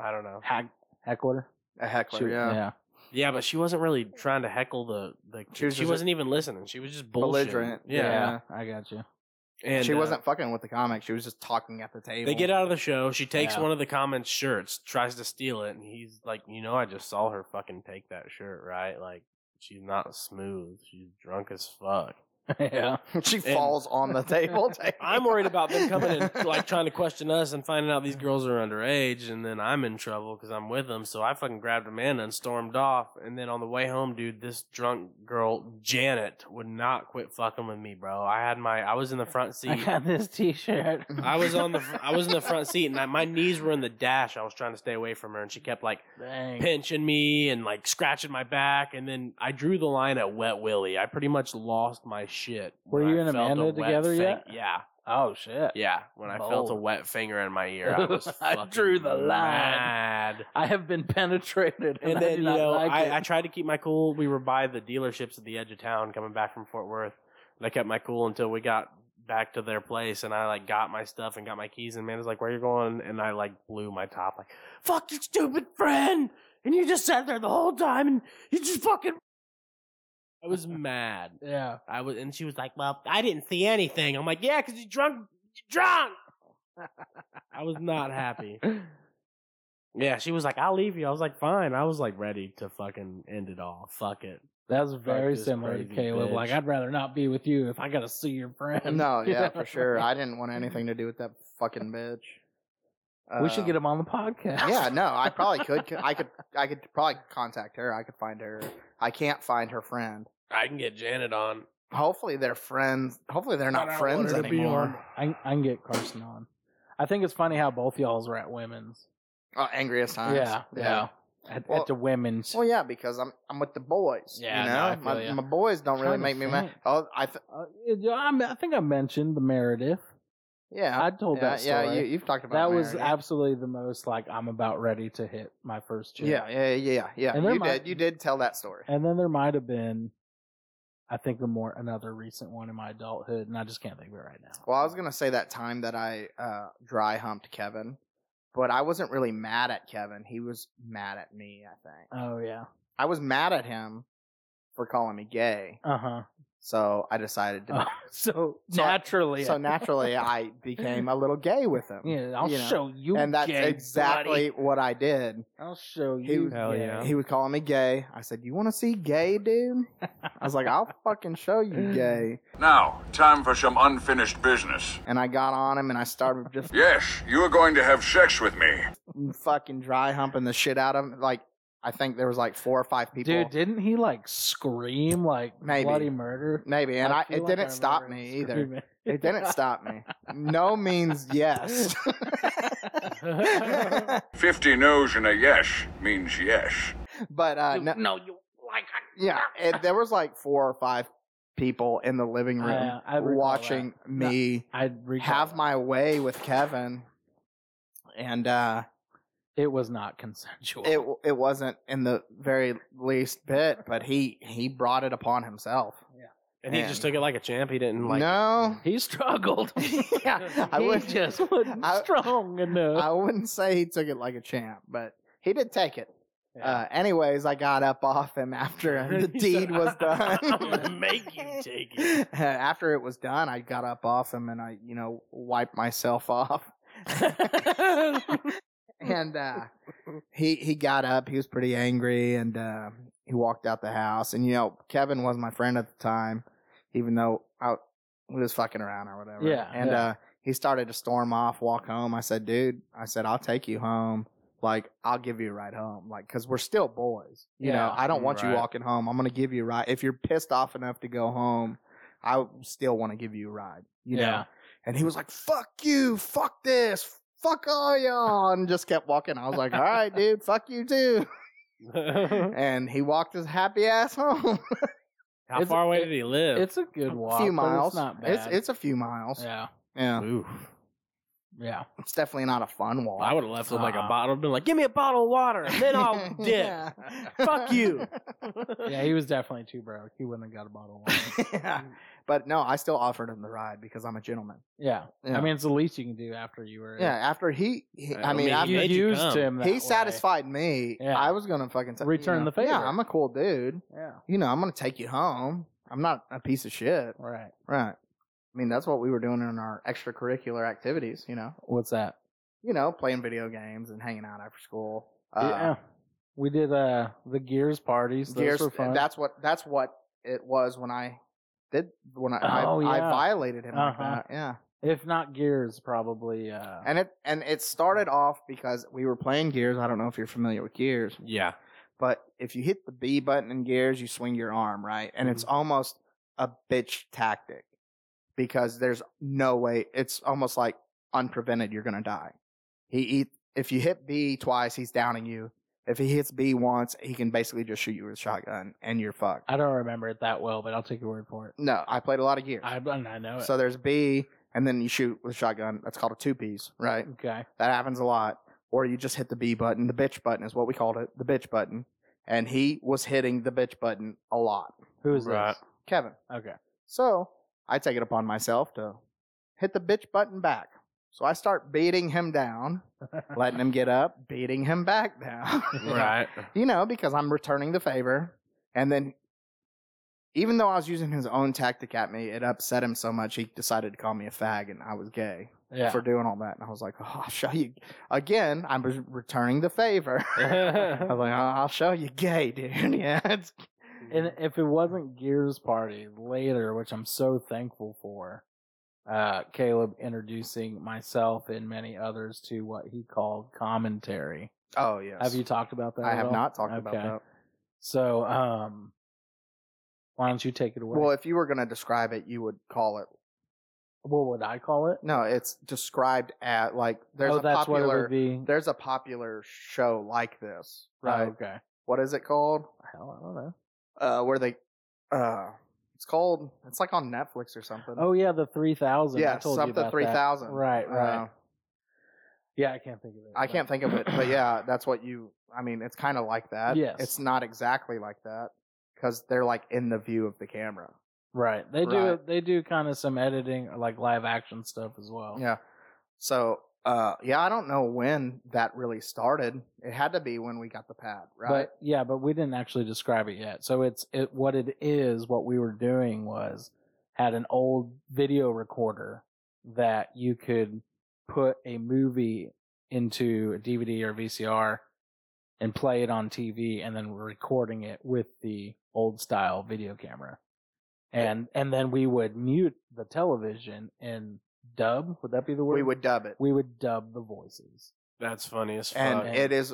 A: I don't know.
C: Hack heckler.
B: A heckler,
C: She-
B: yeah.
A: Yeah, but she wasn't really trying to heckle the the.
B: She
A: She,
B: was just-
A: was not even listening. She was just bullshitting.
B: Belligerent.
A: Yeah,
C: Yeah, I got you. *laughs*
A: and
B: she
A: uh,
B: wasn't fucking with the comic. She was just talking at the table.
A: They get out of the show. She takes
C: Yeah.
A: one of the comments' shirts, tries to steal it, and he's like, "You know, I just saw her fucking take that shirt, right? Like, she's not smooth. She's drunk as fuck."
C: yeah.
B: *laughs* she falls on
A: *laughs*
B: the table. taking-
A: I'm worried about them coming and like trying to question us and finding out these girls are underage, and then I'm in trouble because I'm with them. So I fucking grabbed Amanda and stormed off. And then on the way home, dude, this drunk girl Janet would not quit fucking with me, bro. I had my, I was in the front
C: I
A: seat.
C: got this
A: *laughs*
C: t shirt.
A: I was on the, fr- I was in the front seat, and I, my knees were in the dash. I was trying to stay away from her, and she kept like
C: Dang.
A: pinching me and like scratching my back. And then I drew the line at Wet Willie. I pretty much lost my shit.
C: Were
A: when
C: you
A: I
C: and
A: felt a
C: Amanda
A: wet
C: together
A: fing-
C: yet?
A: Yeah.
C: Oh shit.
A: Yeah, when I felt a
C: Bold.
A: wet finger in my ear, I was
C: *laughs* I
A: fucking
C: drew the line.
A: mad.
C: I have been penetrated. And,
A: And
C: I do
A: then you
C: not
A: know,
C: like it.
A: I, I tried to keep my cool. We were by the dealerships at the edge of town, coming back from Fort Worth, and I kept my cool until we got back to their place. And I like got my stuff and got my keys. And man was like, "Where you going?" And I like blew my top, like, "Fuck your stupid friend!" And you just sat there the whole time, and you just fucking. I was mad.
C: yeah.
A: I was, and she was like, "Well, I didn't see anything." I'm like, "Yeah, because you drunk, you drunk." I was not happy. Yeah, she was like, "I'll leave you." I was like, "Fine." I was like ready to fucking end it all. Fuck it.
C: That was very
A: this
C: similar to
A: crazy
C: Caleb.
A: bitch.
C: Like, I'd rather not be with you if I gotta see your friend.
B: No,
C: You *laughs*
B: yeah,
C: know?
B: for sure. I didn't want anything to do with that fucking bitch.
C: we should
B: Uh,
C: get him on the podcast. *laughs*
B: Yeah, no, I probably could. I could. I could probably contact her. I could find her. I can't find her friend.
A: I can get Janet on.
B: Hopefully they're friends. Hopefully they're not friends anymore.
C: I, I can get Carson on. I think it's funny how both y'all's were at women's.
B: Oh, angriest times.
C: Yeah, yeah. At,
B: Well-
C: at the women's.
B: Well, yeah, because I'm I'm with the boys.
C: Yeah,
B: you
C: no,
B: know,
C: I feel
B: my,
C: ya.
B: my boys don't really
C: Trying to
B: make me mad.
C: think.
B: Oh, I th-
C: Uh, it- I, I think I mentioned the Meredith.
B: yeah,
C: I told
B: yeah,
C: that story.
B: yeah. You, you've talked
C: that
B: about
C: was
B: Mary.
C: absolutely the most like I'm about ready to hit my first chick.
B: yeah, yeah, yeah, yeah. You
C: And there
B: did.
C: might-
B: You did tell that story.
C: And then there might have been, I think, a more another recent one in my adulthood, and I just can't think of it right now.
B: Well, I was gonna say that time that I uh, dry humped Kevin, but I wasn't really mad at Kevin. He was mad at me. I think
C: Oh yeah.
B: I was mad at him for calling me gay,
C: Uh huh.
B: so I decided to.
C: Oh, *laughs* so,
B: So I-
C: naturally.
B: So naturally, I became a little gay with
C: *laughs*
B: him.
C: Yeah, I'll
B: you know,
C: show you.
B: and that's
C: gay,
B: exactly
C: buddy.
B: what I did.
C: I'll show
B: He
C: you.
B: was-
A: Hell
C: gay.
A: yeah.
B: He was calling me gay. I said, "You want to see gay, dude?" I was like, "I'll fucking show
C: *laughs*
B: you gay."
E: Now, time for some unfinished business.
B: And I got on him, and I started just
E: Yes, you are going to have sex with me.
B: fucking dry humping the shit out of him. Like, I think there was like four or five people.
C: Dude, didn't he like scream like
B: Maybe.
C: bloody murder?
B: Maybe, and I,
C: feel
B: it
C: like
B: didn't
C: remember
B: stop
C: him
B: me either.
C: screaming.
B: It didn't *laughs*
C: *laughs*
B: stop me. No means yes. *laughs*
E: 50 no's and a yes means yes.
B: but uh, no,
C: you like.
B: yeah, it, there was like four or five people in the living room
C: Yeah, I recall
B: watching me
C: I recall
B: have
C: that.
B: my way with Kevin, and uh,
C: It was not consensual.
B: it it wasn't in the very least bit. But he he brought it upon himself.
C: Yeah.
A: And he
B: Man.
A: just took it like a champ. He didn't *laughs* like.
B: no.
C: He struggled.
B: yeah, I
C: he
B: would *laughs*
C: just wasn't
B: I-
C: strong
B: *laughs*
C: enough.
B: I wouldn't say he took it like a champ, but he did take it.
C: Yeah.
B: Uh, anyways, I got up off him
A: *laughs*
B: after the
A: He
B: deed
A: said,
B: was done.
A: *laughs* "I'm gonna make
B: *laughs*
A: you take *laughs* it."
B: Uh, after it was done, I got up off him and I, you know, wiped myself *laughs* off. and
C: *laughs*
B: uh, he he got up. He was pretty angry, and uh, he walked out the house. And you know, Kevin was my friend at the time, even though I we was fucking around or whatever.
C: Yeah,
B: And
C: yeah.
B: Uh, he started to storm off, walk home. I said, "Dude, I said I'll take you home. Like I'll give you a ride home. Like because we're still boys. You know,
C: Yeah,
B: I don't want you
A: right.
B: walking home. I'm gonna give you a ride. If you're pissed off enough to go home, I still want to give you a ride. You know."
C: Yeah.
B: And he was like, fuck you, fuck this, fuck all y'all, and just kept walking. I was like, all right, dude, fuck you too. *laughs* And he walked his happy ass home. *laughs*
A: How
C: It's-
A: far away
C: it-
A: did he live?
C: It's a good walk.
B: a few
C: but
B: miles.
C: It's not bad.
B: It's, it's a few miles. Yeah.
C: yeah.
A: Oof.
B: *laughs*
C: Yeah.
B: It's definitely not a fun walk.
A: I would have left with like a
C: Uh-uh.
A: bottle. Been like, give me a bottle of water, and then I'll dip.
B: *laughs* Yeah.
A: Fuck you.
C: Yeah, he was definitely too broke. He wouldn't have got a bottle of
B: *laughs*
C: wine.
B: *laughs* yeah. But no, I still offered him the ride because I'm a gentleman.
C: yeah.
B: Yeah.
C: I mean, it's the least you can do after you were.
B: Yeah, after he, he I,
A: I
B: mean,
A: mean,
B: after
A: he
C: you
A: made you
C: used
A: come.
C: him. That
B: he
C: way.
B: satisfied me.
C: Yeah.
B: I was gonna fucking t-
C: Return
B: you know,
C: the favor.
B: Yeah, I'm a cool dude.
C: Yeah.
B: You know, I'm gonna take you home. I'm not a piece of shit.
C: Right.
B: Right. I mean, that's what we were doing in our extracurricular activities, you know,
C: What's that?
B: you know, playing video games and hanging out after school. Uh,
C: yeah. We did uh the Gears parties. Those
B: Gears, uh,
C: were fun.
B: that's what, that's what it was when I did, when I,
C: Oh,
B: I, I
C: yeah.
B: violated him like
C: Uh-huh.
B: that. Yeah.
C: if not Gears, probably. Uh,
B: And it, and it started off because we were playing Gears. I don't know if you're familiar with Gears,
A: *laughs* Yeah.
B: but if you hit the B button in Gears, you swing your arm, right? And
C: Mm-hmm.
B: it's almost a bitch tactic because there's no way. It's almost like unprevented, you're going to die. He, he, if you hit B twice, he's downing you. If he hits B once, he can basically just shoot you with a shotgun and you're fucked.
C: I don't remember it that well, but I'll take your word for it.
B: No, I played a lot of Gears.
C: I, I know it.
B: So there's B and then you shoot with a shotgun. That's called a two piece, right?
C: okay.
B: That happens a lot. Or you just hit the B button. The bitch button is what we called it. The bitch button. And he was hitting the bitch button a lot.
C: Who is
A: Right.
B: Kevin.
C: this? Okay.
B: So I take it upon myself to hit the bitch button back. So I start beating him down, letting him get up, beating him back down. *laughs*
A: Right.
B: you know, because I'm returning the favor. And then, even though I was using his own tactic at me, it upset him so much he decided to call me a fag and I was gay
C: *laughs* Yeah.
B: for doing all that. And I was like, oh, I'll show you. *laughs* Again, I was returning the favor. *laughs* I was like, oh, I'll show you gay, *laughs* dude. Yeah. It's,
C: *laughs* and if it wasn't Gears Party later, which I'm so thankful for, uh, Caleb introducing myself and many others to what he called commentary.
B: oh, yes.
C: Have you talked about that?
B: I
C: at
B: have
C: all?
B: not talked about
C: Okay.
B: that.
C: So, um, why don't you take it away?
B: Well, if you were going to describe it, you would call it.
C: what would I call it?
B: No, it's described at like there's
C: oh,
B: a
C: that's what it
B: popular
C: would be.
B: there's a popular show like this,
C: Oh,
B: right?
C: okay.
B: What is it called?
C: Hell, I don't know.
B: Uh, where they, uh, it's called. It's like on Netflix or something.
C: Oh yeah, the three thousand.
B: yeah, something three thousand.
C: Right, right.
B: Uh,
C: yeah, I can't think of it.
B: I can't think of it, but yeah, that's what you. I mean, it's kind of like that.
C: Yes.
B: It's not exactly like that because they're like in the view of the camera.
C: *coughs* Right. They do.
B: Right.
C: They do kind of some editing, like live action stuff as well.
B: Yeah. So, uh, yeah, I don't know when that really started. It had to be when we got the pad, right?
C: But yeah, but we didn't actually describe it yet. So it's it what it is. What we were doing was had an old video recorder that you could put a movie into a DVD or VCR and play it on TV, and then we're recording it with the old style video camera. And and then we would mute the television and dub. Would that be the word?
B: we would dub it,
C: we would dub the voices.
A: That's funny as fuck.
B: and
C: fuck.
B: it is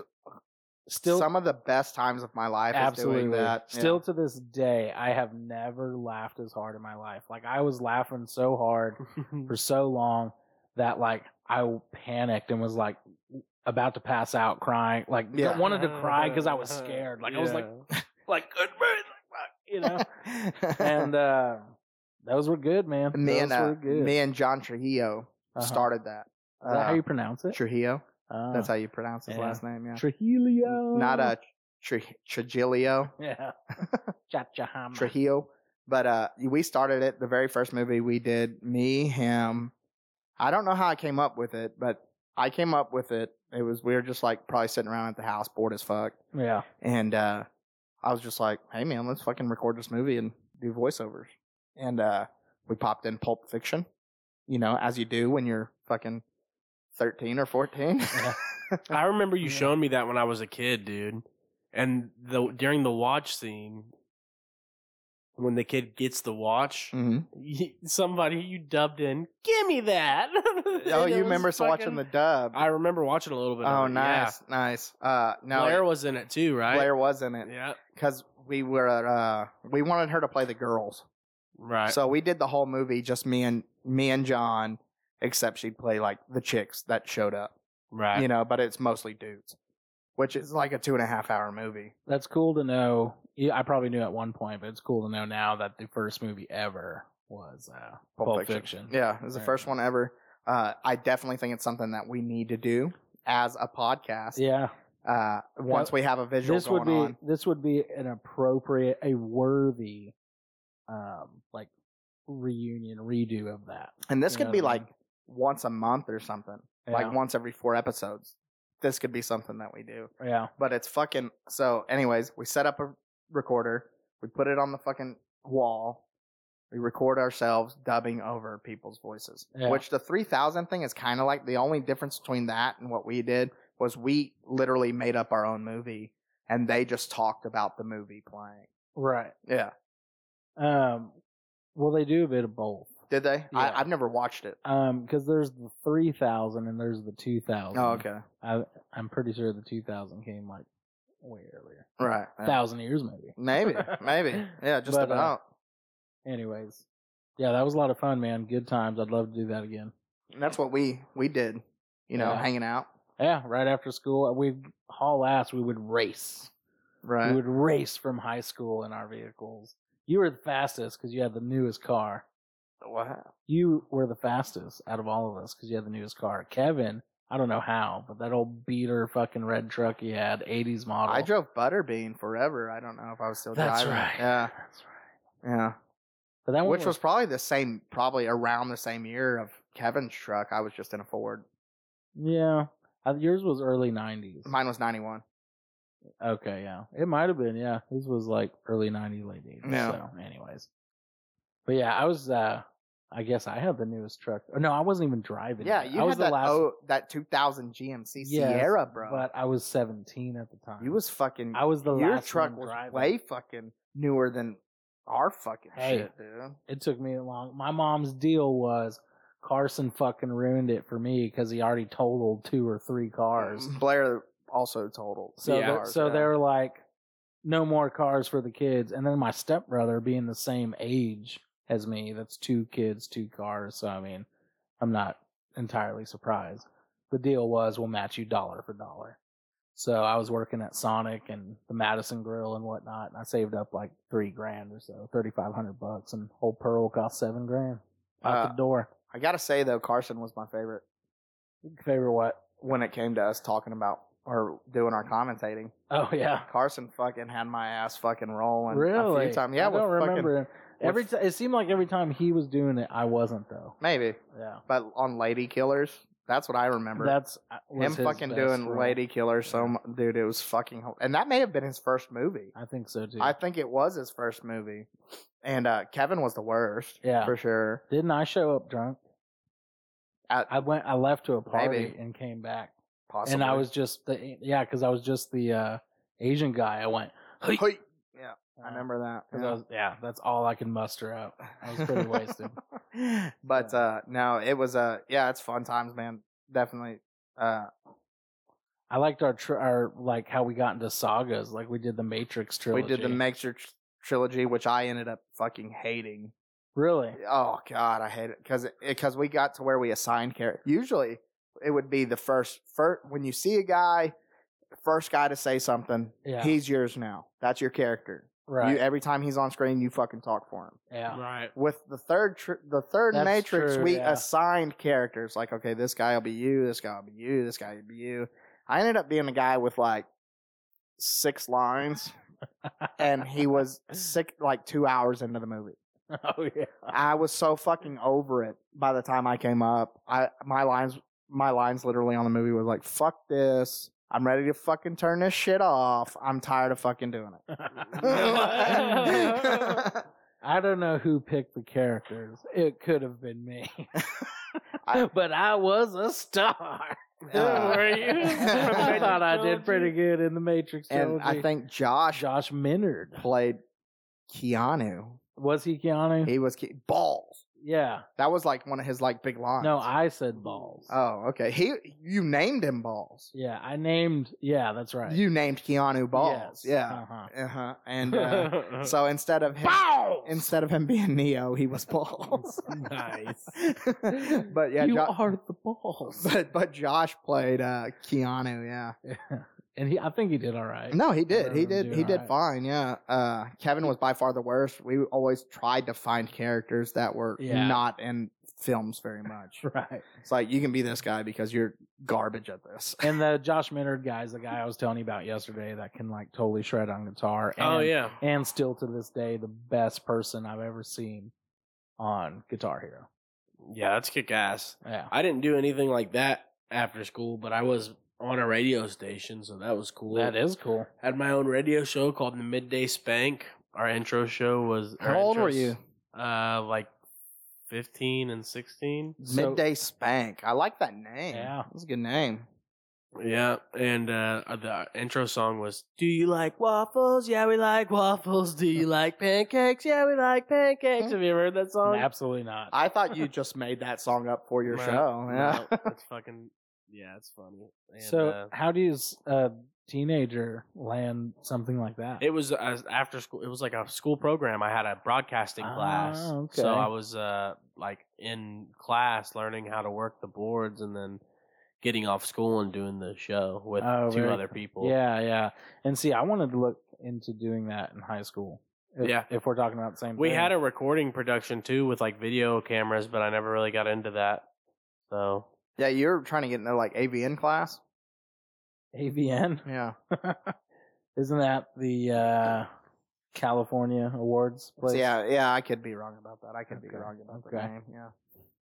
C: Still
B: some of the best times of my life. Absolutely. Is doing that. Yeah. *laughs*
C: Still to this day, I have never laughed as hard in my life. Like I was laughing so hard for so long that like I panicked and was like about to pass out crying. Like
B: Yeah.
C: wanted to cry because I was scared. Like I was like
A: *laughs*
C: like good man,
B: *laughs*
C: you know. and uh, those were good, man.
B: me
C: those
B: and uh,
C: were good.
B: me and John Trujillo
C: Uh-huh.
B: started that.
C: Is that how
B: Uh,
C: you pronounce it?
B: Trujillo.
C: Uh,
B: That's how you pronounce his
C: Yeah.
B: last name. Yeah.
C: Trujillo.
B: Not uh, Tr- Trujillo. *laughs*
C: yeah. Chachahama.
A: Mm-hmm.
B: Trujillo. But uh, we started it. The very first movie we did, me, him. I don't know how I came up with it, but I came up with it. It was we were just like probably sitting around at the house, bored as fuck,
C: Yeah.
B: and uh, I was just like, "Hey man, let's fucking record this movie and do voiceovers." And uh, we popped in Pulp Fiction, you know, as you do when you're fucking thirteen or
A: *laughs*
B: fourteen.
A: I remember you
C: Yeah.
A: showing me that when I was a kid, dude. And the during the watch scene, when the kid gets the watch,
B: hmm
A: y- somebody you dubbed in, "Give me that."
B: *laughs*
A: *laughs*
B: Oh, you remember us watching the dub?
A: I remember watching a little bit.
B: oh,
A: of it,
B: nice, nice. Uh,
A: Yeah.
B: no,
A: Blair was in it too, right?
B: Blair was in it
A: Yeah.
B: because we were uh, we wanted her to play the girls.
A: Right.
B: So we did the whole movie just me and me and John, except she'd play like the chicks that showed up,
A: right.
B: you know. But it's mostly dudes, which is like a two and a half hour movie.
C: That's cool to know. Yeah, I probably knew at one point, but it's cool to know now that the first movie ever was uh, Pulp, Fiction.
B: Yeah, it was the
C: Right.
B: first one ever. Uh, I definitely think it's something that we need to do as a podcast.
C: Yeah.
B: Uh, once we have a visual
C: this
B: going
C: would be
B: on.
C: this would be an appropriate, a worthy, um, like reunion redo of that.
B: And this
C: You
B: could
C: know
B: be
C: what I
B: like
C: mean?
B: once a month or something, like
C: Yeah.
B: once every four episodes. This could be something that we do.
C: yeah,
B: But it's fucking. So, anyways, we set up a recorder, we put it on the fucking wall, we record ourselves dubbing over people's voices,
C: Yeah.
B: which the 3000 thing is kind of like the only difference between that and what we did was we literally made up our own movie and they just talked about the movie playing.
C: right.
B: Yeah.
C: Um, well, they do a bit of both.
B: Did they?
C: Yeah.
B: I, I've never watched it.
C: Um, because there's the three thousand and there's the two thousand.
B: Oh, okay.
C: I, I'm pretty sure the two thousand came like way earlier,
B: Right. Yeah.
C: thousand years maybe.
B: Maybe,
C: *laughs*
B: maybe. Yeah, just
C: But, uh,
B: about.
C: Anyways, yeah, that was a lot of fun, man. Good times. I'd love to do that again.
B: And that's what we we did, you know,
C: Yeah.
B: hanging out.
C: Yeah, right after school, uh, we'd haul ass. We would race.
B: Right.
C: We would race from high school in our vehicles. You were the fastest because you had the newest car.
B: wow.
C: You were the fastest out of all of us because you had the newest car. Kevin, I don't know how, but that old beater fucking red truck he had, 80s model.
B: I drove Butterbean forever. I don't know if I was still
C: That's
B: driving.
C: right.
B: Yeah.
C: That's right.
B: Yeah.
C: But that one
B: Which was probably the same probably around the same year of Kevin's truck. I was just in a Ford.
C: yeah. Uh, Yours was early 90s.
B: Mine was ninety one.
C: Okay, yeah. It might have been, yeah. This was like early 90s, late 80s.
B: Yeah.
C: So, anyways. But yeah, I was, uh, I guess I had the newest truck. Or no, I wasn't even driving.
B: Yeah,
C: yet.
B: you
C: I
B: had
C: was
B: that
C: the last
B: oh that two thousand GMC
C: Yes,
B: Sierra, bro.
C: But I was 17 at the time.
B: you was fucking
C: I was the
B: your
C: last
B: truck
C: one
B: was
C: driving.
B: way fucking newer than our fucking
C: Hey.
B: shit, dude.
C: It took me long. My mom's deal was Carson fucking ruined it for me because he already totaled two or
B: *laughs*
C: three cars.
B: Mm-hmm. Blair also totaled.
C: So
A: Yeah.
C: they're-
B: cars,
C: so
B: yeah.
C: they're like, no more cars for the kids. And then my stepbrother being the same age as me, that's two kids, two cars. So I mean, I'm not entirely surprised. The deal was we'll match you dollar for dollar. So I was working at Sonic and the Madison Grill and whatnot, and I saved up like three grand or so, thirty five hundred bucks, and whole Pearl cost seven grand out
B: Uh,
C: the door.
B: I gotta say though, Carson was my favorite
C: Favorite what?
B: when it came to us talking about or doing our commentating.
C: Oh yeah,
B: Carson fucking had my ass fucking rolling.
C: really?
B: A few times. Yeah,
C: I
B: with
C: don't
B: fucking,
C: remember him.
B: with-
C: Every time it seemed like every time he was doing it, I wasn't though.
B: Maybe,
C: Yeah,
B: but on Lady Killers, that's what I remember.
C: that's uh, was
B: him
C: his
B: fucking
C: best
B: doing
C: role.
B: Lady Killers. So, mu- dude, it was fucking, hel- and that may have been his first movie.
C: I think so too.
B: I think it was his first movie, and uh, Kevin was the worst,
C: Yeah.
B: for sure.
C: Didn't I show up drunk?
B: At-
C: I went. I left to a party
B: Maybe.
C: and came back,
B: Possibly,
C: and I was just the yeah, because I was just the uh, Asian guy. I went.
B: Hey.
C: "Hey."
B: Yeah, I remember that.
C: 'Cause I
B: Yeah.
C: was- yeah, that's all I can muster up. I was pretty wasted.
B: *laughs* but
C: Yeah.
B: uh, no, it was uh, yeah, it's fun times, man. Definitely. Uh,
C: I liked our tr- our like how we got into sagas. Like we did the Matrix
B: we
C: trilogy.
B: did the Matrix trilogy, which I ended up fucking hating.
C: really.
B: Oh god, I hate it because because we got to where we assigned character. Usually, it would be the first first when you see a guy, first guy to say something.
C: Yeah.
B: He's yours now. That's your character.
C: Right.
B: You, every time he's on screen, you fucking talk for him. *laughs*
C: yeah.
A: Right.
B: With the third tr- the third
C: That's
B: Matrix,
C: true,
B: we
C: yeah.
B: assigned characters. Like, okay, this guy will be you. This guy will be you. This guy will be you. I ended up being a guy with like six lines and he was sick like two hours into the movie.
C: oh yeah.
B: I was so fucking over it by the time I came up. I my lines my lines literally on the movie was like, "Fuck this." I'm ready to fucking turn this shit off. I'm tired of fucking doing it.
C: *laughs*
B: I,
C: I don't know who picked the characters. It could have
B: *laughs*
C: been me. but I was a star.
B: Uh.
C: Were you?
B: *laughs*
C: I thought I did pretty good in the Matrix
B: and
C: trilogy.
B: I think Josh
C: Josh Minard.
B: played Keanu.
C: Was he Keanu?
B: *laughs* He was Ke- balls.
C: yeah.
B: That was like one of his like big lines.
C: No, I said balls.
B: Oh, okay. He you named him balls.
C: yeah, I named. Yeah, that's right.
B: You named Keanu balls.
C: Yes.
B: Yeah.
C: Uh-huh.
B: Uh huh. And
C: *laughs*
B: uh, so instead of him, instead of him being Neo, he was balls. *laughs*
A: nice.
B: but yeah,
C: you
B: Jo-
C: are the balls.
B: *laughs* but but Josh played uh, Keanu. Yeah.
C: *laughs* and he, I think he did all right.
B: No, he did.
C: Whatever,
B: He did.
C: dude,
B: He did
C: alright.
B: fine. Yeah. Uh, Kevin was by far the worst. We always tried to find characters that were
C: Yeah.
B: not in films very much.
C: *laughs* Right.
B: it's like you can be this guy because you're garbage at
C: *laughs*
B: this.
C: And the Josh Minard guy is the guy I was telling you about yesterday that can like totally shred on guitar. And,
A: oh yeah.
C: And still to this day, the best person I've ever seen on Guitar Hero.
A: Yeah, that's kick ass.
C: Yeah.
A: I didn't do anything like that after school, but I was on a radio station, so that was cool.
C: That is cool.
A: Had my own radio show called the Midday Spank. Our intro show was. our
B: How old were
A: intros-
B: you?
A: Uh, like fifteen and sixteen.
C: So-
B: Midday Spank. I like that name.
C: Yeah.
B: that's a good name.
A: Yeah, and uh, the intro song was "Do you like waffles? Yeah, we like waffles. Do you like pancakes? Yeah, we like pancakes." Have you ever heard that song?
C: Absolutely not.
B: I thought
C: *laughs*
B: you just made that song up for your
A: No,
B: show. Yeah.
A: no, it's fucking. Yeah, it's funny. And,
C: so,
A: uh,
C: how does a teenager land something like that?
A: It was uh, after school. It was like a school program. I had a broadcasting
C: Ah,
A: class,
C: okay.
A: so I was uh, like in class learning how to work the boards, and then getting off school and doing the show with
C: Oh,
A: two
C: very
A: other
C: cool.
A: people.
C: Yeah, yeah. And see, I wanted to look into doing that in high school. If,
A: Yeah.
C: If we're talking about the same
A: we
C: thing.
A: had a recording production too with like video cameras, but I never really got into that. So
B: Yeah, you were trying to get into like AVN class.
C: AVN.
B: Yeah.
C: Isn't that the uh, California Awards place?
B: So, yeah, yeah, I could be wrong about that. I could be
C: Okay,
B: wrong about the
C: okay.
B: name. Yeah.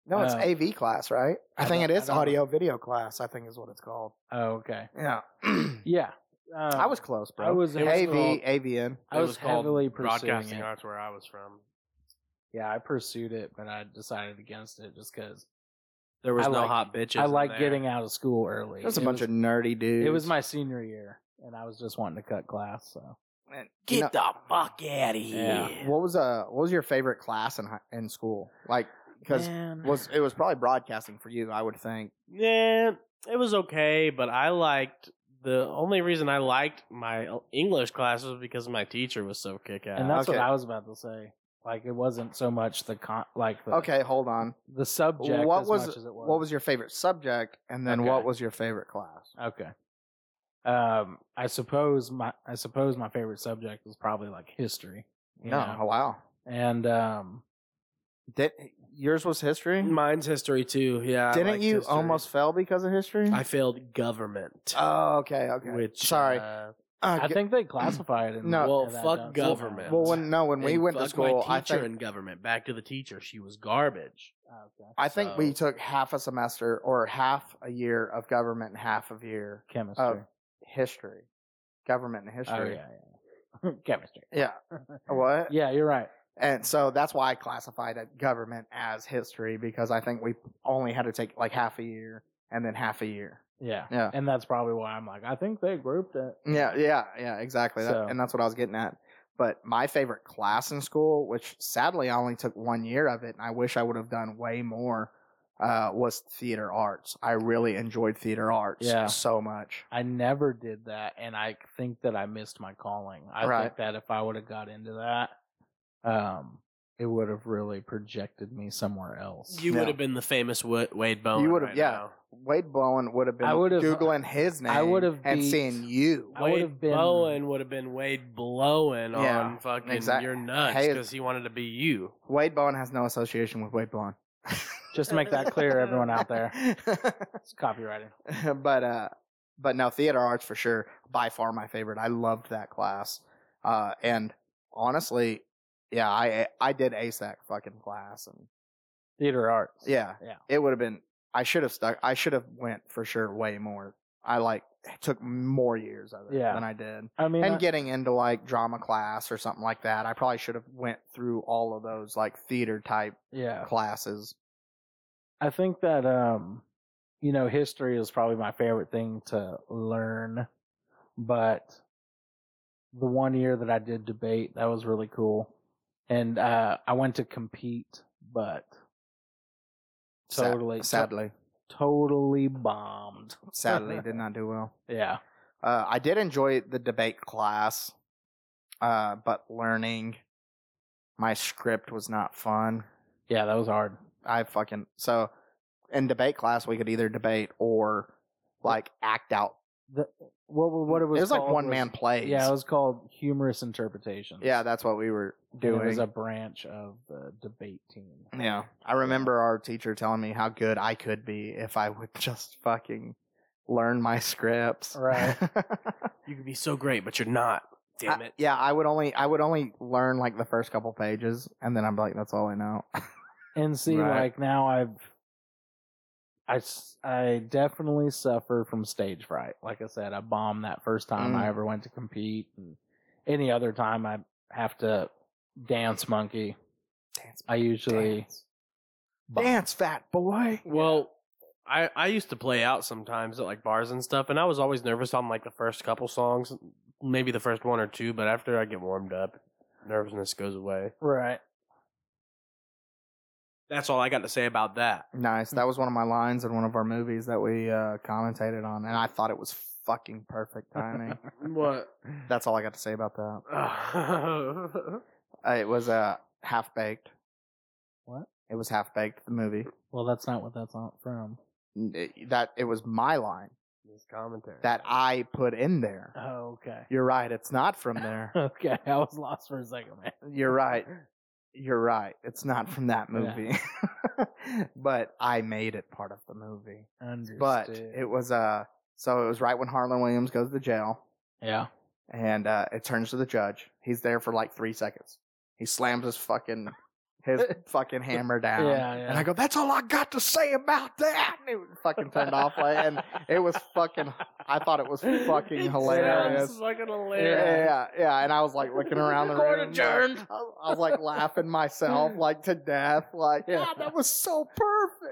B: No, it's
C: Uh,
B: AV class, right? I,
C: I
B: think it
C: don't- I
B: is
C: don't
B: audio video class. I think is what it's called.
C: Oh, okay.
B: *clears throat* Yeah.
C: Yeah. Um,
B: Mm. I was close, bro.
C: I was- it was
B: AV
C: called-
B: AVN.
C: I was, heavily pursuing
A: broadcasting
C: it.
A: arts where I was from.
C: Yeah, I pursued it, but I decided against it just because
A: There was
C: I
A: no
C: like-
A: hot bitches.
C: I
A: in
C: like
A: there.
C: getting out of school early.
B: There's a
C: It
B: bunch
C: was-
B: of nerdy dudes.
C: It was my senior year, and I was just wanting to cut class. So
B: Man, you
A: Get
B: know-
A: the fuck out of here.
C: Yeah.
B: What was uh What was your favorite class in hi- in school? Like, because
C: Man.
B: was it was probably broadcasting for you, I would think.
A: Yeah, it was okay, but I liked the only reason I liked my English class was because my teacher was so kick ass.
C: and that's
B: okay.
C: what I was about to say. Like it wasn't so much the con- like the,
B: Okay, hold on.
C: the subject
B: What
C: as
B: was-
C: much as it was
B: What was your favorite subject, and then
C: Okay.
B: what was your favorite class?
C: Okay. Um, I suppose my I suppose my favorite subject was probably like history. you
B: No,
C: know?
B: Oh, wow.
C: And um,
B: Did yours was history?
A: Mine's history too. Yeah, I
B: Didn't
A: liked
B: you
A: history.
B: almost fail because of history?
A: I failed government.
B: oh, okay, okay.
A: Which
B: Sorry.
A: uh,
B: Uh,
C: I
B: g- *clears throat*
C: think they classify it in
B: No.
A: Well,
C: in that,
A: fuck
C: don't they?
A: government.
B: Well, when no, when we
A: and
B: went to
A: fuck my
B: school, I
A: teacher
B: think
A: in government. Back to the teacher, she was garbage.
C: Okay.
B: I think we
A: so-
B: took half a semester or half a year of government and half of year
C: Chemistry.
B: Oh, history, government and
C: oh
B: history.
C: yeah, yeah. *laughs* chemistry.
B: yeah. *laughs* What?
C: Yeah, you're right.
B: And so that's why I classified it government as history because I think we only had to take like half a year and then half a year.
C: Yeah.
B: Yeah.
C: And that's probably why I'm like, I think they grouped it.
B: Yeah, yeah, yeah, exactly. That,
C: So-
B: And that's what I was getting at. But my favorite class in school, which sadly I only took one year of it, and I wish I would have done way more, uh, was theater arts. I really enjoyed theater arts
C: Yeah.
B: so much.
C: I never did that, and I think that I missed my calling. I
B: Right.
C: think that if I would have got into that, um, it would have really projected me somewhere else.
A: You
B: Yeah.
A: would have been the famous Wa- Wade Bowen.
B: You would've-
A: right
B: yeah.
A: now.
B: Wade Bowen would have been
C: I would have-
B: googling his name.
C: I would have
B: and
C: beat-
B: seeing you.
C: I would
A: Wade
C: have been-
A: Bowen would have been Wade blowing
B: Yeah,
A: on fucking
B: exact-
A: you're nuts
B: Hey-
A: because he wanted to be you.
B: Wade Bowen has no association with Wade Bowen.
C: Just to make that clear, everyone out
B: *laughs*
C: there,
B: there.
C: it's copywriting.
B: *laughs* but uh but no theater arts for sure by far my favorite i loved that class Uh, and honestly, yeah, I I did ace that fucking class, and
C: Theater arts.
B: yeah,
C: Yeah.
B: it would have been. I should have stuck. I should have went for sure way more. I like it took more years of it
C: Yeah.
B: than I did.
C: I mean, I-
B: And getting into like drama class or something like that, I probably should have went through all of those like theater type
C: yeah.
B: classes.
C: I think that um you know history is probably my favorite thing to learn but the one year that I did debate that was really cool and uh I went to compete but
B: Sa-
C: totally *laughs*
B: sadly,
C: totally bombed
B: sadly, did not do well.
C: yeah
B: Uh, I did enjoy the debate class, uh, but learning my script was not fun.
C: yeah that was hard
B: I fucking so in debate class we could either debate or like act out.
C: what what it was
B: it was like
C: called
B: one
C: was-
B: man plays.
C: yeah it was called humorous interpretations
B: yeah, that's what we were
C: And it
B: doing.
C: was a branch of the debate team
B: yeah, I remember our teacher telling me how good I could be if I would *laughs* just fucking learn my scripts. *laughs*
C: Right.
A: You could be so great, but you're not. Damn
B: I-
A: it.
B: yeah, I would only I would only learn like the first couple pages, and then I'm like, that's all I know.
C: and see
B: Right.
C: like now i've I, s- I definitely suffer from stage fright like i said i bombed that first time
B: Mm.
C: i ever went to compete and any other time i have to dance monkey
B: Dance,
C: i usually
B: dance.
C: bomb.
B: Dance, fat boy.
A: Well, I I used to play out sometimes at like bars and stuff, and I was always nervous on like the first couple songs, maybe the first one or two, but after I get warmed up, nervousness goes away.
C: right
A: That's all I got to say about that.
B: Nice. That was one of my lines in one of our movies that we uh, commentated on, and I thought it was fucking perfect *laughs* timing.
A: What? *laughs*
B: That's all I got to say about that.
A: well,
B: Uh, it was uh, half baked.
C: What?
B: It was half baked. The movie
C: well that's not what that's not from
B: N- it- that it was my line
A: this commentary.
B: that I put in there. *laughs*
C: oh okay
B: You're right. It's not from there.
C: *laughs* okay i was lost for a second man
B: You're right. You're right. It's not from that movie. *laughs* but I made it part of the movie.
C: Understood.
B: But it was uh so it was right when Harlan Williams goes to jail.
C: yeah
B: and uh, it turns to the judge. He's there for like three seconds. He slams his fucking
C: *laughs*
B: his fucking hammer
C: yeah,
B: down.
C: yeah.
B: And I go, that's all I got to say about that. And it was fucking turned off, like,
C: *laughs*
B: and it was fucking. I thought it was fucking hilarious.
A: It's fucking
B: Yeah,
A: hilarious.
B: yeah, yeah. And I was like looking around the
A: Court
B: room.
A: adjourned.
B: like, I, I was like laughing myself, like to death. Like,
C: Yeah.
B: God, that was so perfect.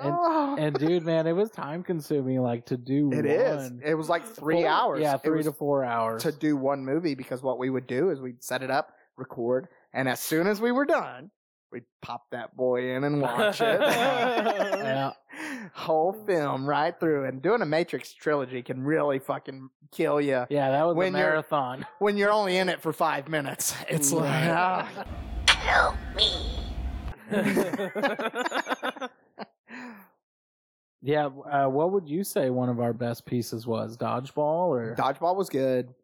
C: And-
B: Oh.
C: and dude man it was time consuming like to do
B: it
C: one.
B: is. It was like three
C: Four-
B: hours.
C: Yeah,
B: It
C: three
B: was
C: to four hours.
B: to *laughs* do one movie because what we would do is we'd set it up, record, and as soon as we were done, we'd pop that boy in and watch it. *laughs*
C: *laughs* yeah,
B: Whole film right through. And doing a Matrix trilogy can really fucking kill you
C: yeah, that was
B: When
C: a
B: you're-
C: marathon.
B: when you're only in it for five minutes. *laughs* It's like, ah. *laughs*
C: Yeah, uh, what would you say one of our best pieces was? Dodgeball or
B: Dodgeball was good.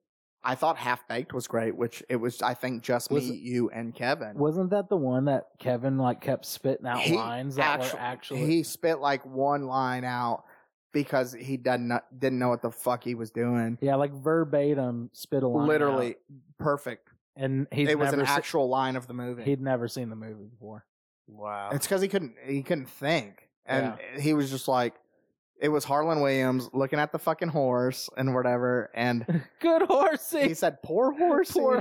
B: I thought Half Baked was great, which it was, I think, just
C: Was
B: me, you, and Kevin.
C: wasn't that the one that Kevin like kept spitting out
B: He
C: lines that
B: actu-
C: were actually?
B: he spit like one line out because he didn't didn't know what the fuck he was doing.
C: yeah, like verbatim spit a line.
B: literally
C: out.
B: perfect.
C: and he's
B: it was
C: never
B: an
C: se-
B: actual line of the movie.
C: he'd never seen the movie before.
A: wow.
B: it's because he couldn't he couldn't think, and he was just like, it was Harlan Williams looking at the fucking horse and whatever, and
C: Good horsey, *laughs*
B: he said, "Poor horsey."
C: poor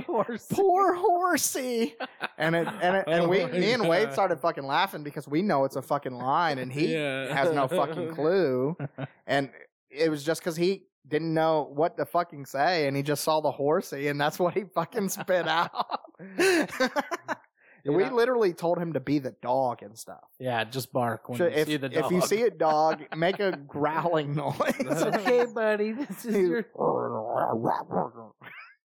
B: *laughs*
C: horsey.
B: Poor horsey, and it, and it, and
A: Oh
B: we,
C: *laughs*
A: my
B: me and Wade
A: God.
B: started fucking laughing because we know it's a fucking line, and he
A: Yeah.
B: has no
C: *laughs*
B: fucking clue, and it was just because he didn't know what to fucking say, and he just saw the horsey, and that's what he fucking
C: *laughs*
B: spit out.
C: Dude,
B: we
C: I-
B: literally told him to be the dog and stuff.
C: yeah, just bark when
B: So
C: you
B: if,
C: see the
B: if
C: dog.
B: you
C: *laughs*
B: see a dog, make a growling noise.
C: hey buddy, this is your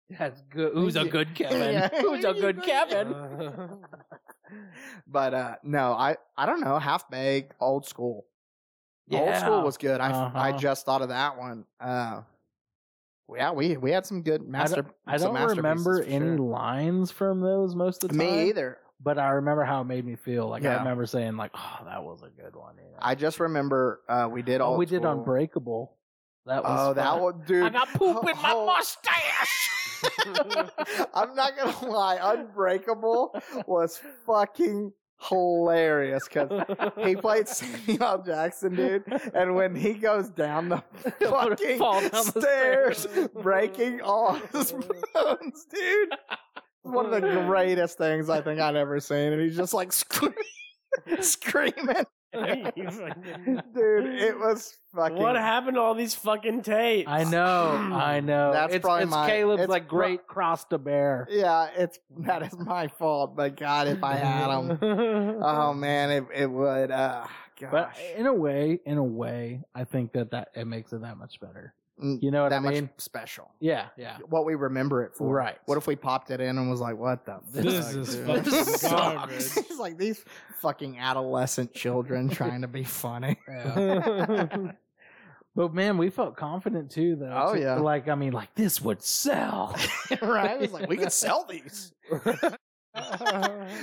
C: *laughs* that's good. Who's
B: *laughs*
C: a good Kevin?
B: Yeah.
C: *laughs* Who's a good Kevin?
B: but uh, no, I I don't know. Half baked, old school. Old school was good. I,
C: Uh-huh.
B: I just thought of that one. Uh, yeah, we we had some good master.
C: I
B: some
C: don't remember
B: masterpieces for sure.
C: any lines from those most of the time.
B: Me either.
C: But I remember how it made me feel. Like I
B: Yeah.
C: remember saying, like, "Oh, that was a good one." you know?
B: I just remember uh, we did
C: oh,
B: all
C: we did Unbreakable. That was
B: Oh, that
A: *laughs*
C: fun.
B: one, dude.
C: I got poop in my
B: Oh, oh.
C: mustache.
B: *laughs* I'm not gonna lie, Unbreakable was fucking hilarious because
A: *laughs*
B: he played Samuel L. Jackson, dude, and when he goes
A: *laughs*
B: down the fucking
A: Fall down the
B: stairs,
A: stairs. *laughs*
B: breaking all his bones, dude. One of the greatest things I think I've ever seen, and he's just like screaming, *laughs* screaming,
A: He's like,
B: dude. It was fucking.
A: what happened to all these fucking tapes?
C: I know, I know.
B: Hmm. That's
C: it's,
B: probably
C: it's
B: my-
C: Caleb's
B: it's
C: like
B: pro-
C: great cross to bear.
B: Yeah, it's that is my fault. But God, if I had him.
A: *laughs*
B: Oh man, it it would. Uh, gosh,
C: But in a way, in a way, I think that that it makes it that much better.
B: Mm,
C: You know what
B: that
C: I mean?
B: much special.
C: Yeah, yeah.
B: What we remember it for,
C: Right.
B: What if we popped it in and was like, "What the?
A: This
B: fuck,
A: is
B: dude?
A: fucking
B: This
A: garbage.
B: sucks. *laughs* It's like these fucking adolescent children trying to be funny. *laughs*
C: yeah. but man, we felt confident too, though.
B: Oh,
C: to-
B: yeah.
C: Like I mean, like this would sell.
B: right? It's like we could sell these. Let's
A: *laughs*
C: I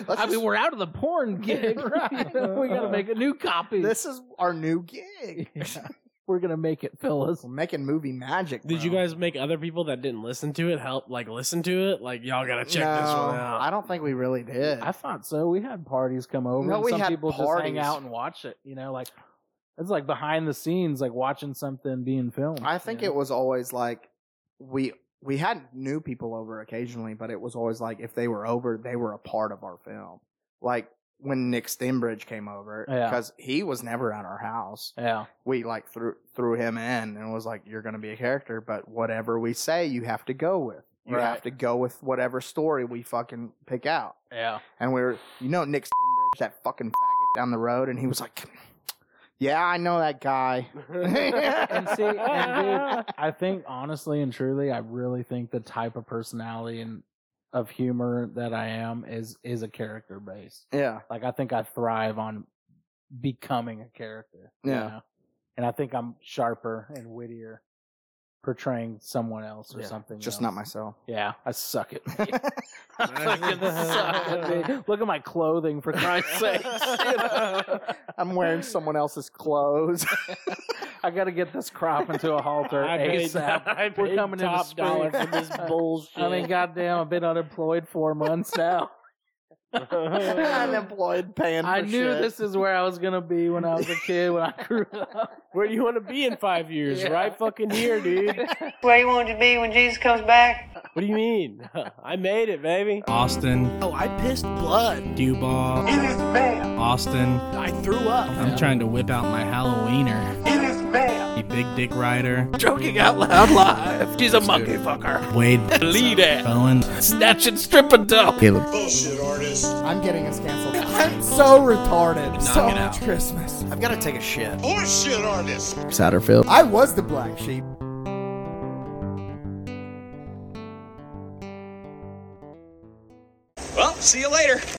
B: just-
C: mean, we're out of
B: *laughs*
C: the porn gig.
B: Right.
C: *laughs* we gotta make a new copy.
B: this is our new gig.
C: *laughs* Yeah. We're gonna make it, Phyllis.
B: We're making movie magic.
A: Did you
B: bro.
A: guys make other people that didn't listen to it help like listen to it? Like y'all gotta check this
B: No,
C: *laughs*
A: one out.
B: I don't think we really did.
C: I thought so. We had parties come over.
B: No,
C: and
B: we
C: some
B: had
C: people just
B: parties.
C: hang out and watch it. You know, like it's like behind the scenes, like watching something being filmed.
B: I think
C: you
B: it was always like we we had new people over occasionally, but it was always like if they were over, they were a part of our film. Like when Nick Stembridge came over,
C: Yeah.
B: because he was never at our house.
C: know? Yeah.
B: We like threw threw him in and was like, "You're going to be a character, but whatever we say, you have to go with. You
C: Right.
B: have to go with whatever story we fucking pick out."
C: Yeah.
B: And we were, you know, Nick Stembridge, that fucking faggot down the road, and he was like, "Yeah, I know that guy."
C: and
A: *laughs*
B: *laughs*
C: see, and dude, I think honestly and truly, I really think the type of personality and of humor that I am is is a character based.
B: yeah.
C: Like I think I thrive on becoming a character. you
B: Yeah.
C: know? And I think I'm sharper and wittier portraying someone else or
B: Yeah,
C: something.
B: just
C: else.
B: not myself.
C: Yeah, I
B: *laughs*
C: suck at me. I *laughs* fucking
A: *laughs*
C: suck *laughs* at me. Look at my clothing for Christ's sake.
A: *laughs*
C: *laughs*
B: I'm wearing someone else's clothes.
C: I got to get this crop into a
A: *laughs*
C: halter
A: I paid-
C: ASAP.
A: I
C: We're
A: paid
C: coming into
A: top
C: spring.
A: dollar for
C: *laughs*
A: this bullshit.
C: I mean, goddamn, I've been unemployed four months now.
B: *laughs* Unemployed paying.
C: I
B: for
C: knew
B: shit.
C: this is where I was gonna be when I was a kid, when I *laughs* grew up.
A: *laughs* Where do you want to be in five years?
C: *laughs* Yeah.
A: Right fucking here,
C: *laughs*
A: dude.
F: Where you want to be when Jesus comes back?
A: What do you mean? *laughs* I made it, baby. Austin,
D: Oh, I pissed blood.
A: dew ball.
F: It is bad.
A: Austin,
D: I threw up.
A: I'm trying to whip out my Halloweener.
F: It is bad.
A: You big dick rider.
D: Joking out loud live. She's a monkey fucker.
A: Wade
D: Lead it.
A: Bowen.
D: Snatch and strip and dump.
B: I'm getting us canceled.
D: I'm so retarded. so
G: it
D: much
G: out.
D: Christmas. I've got to take a shit.
G: Bullshit artist.
B: Satterfield. I was the black sheep.
G: Well, see you later.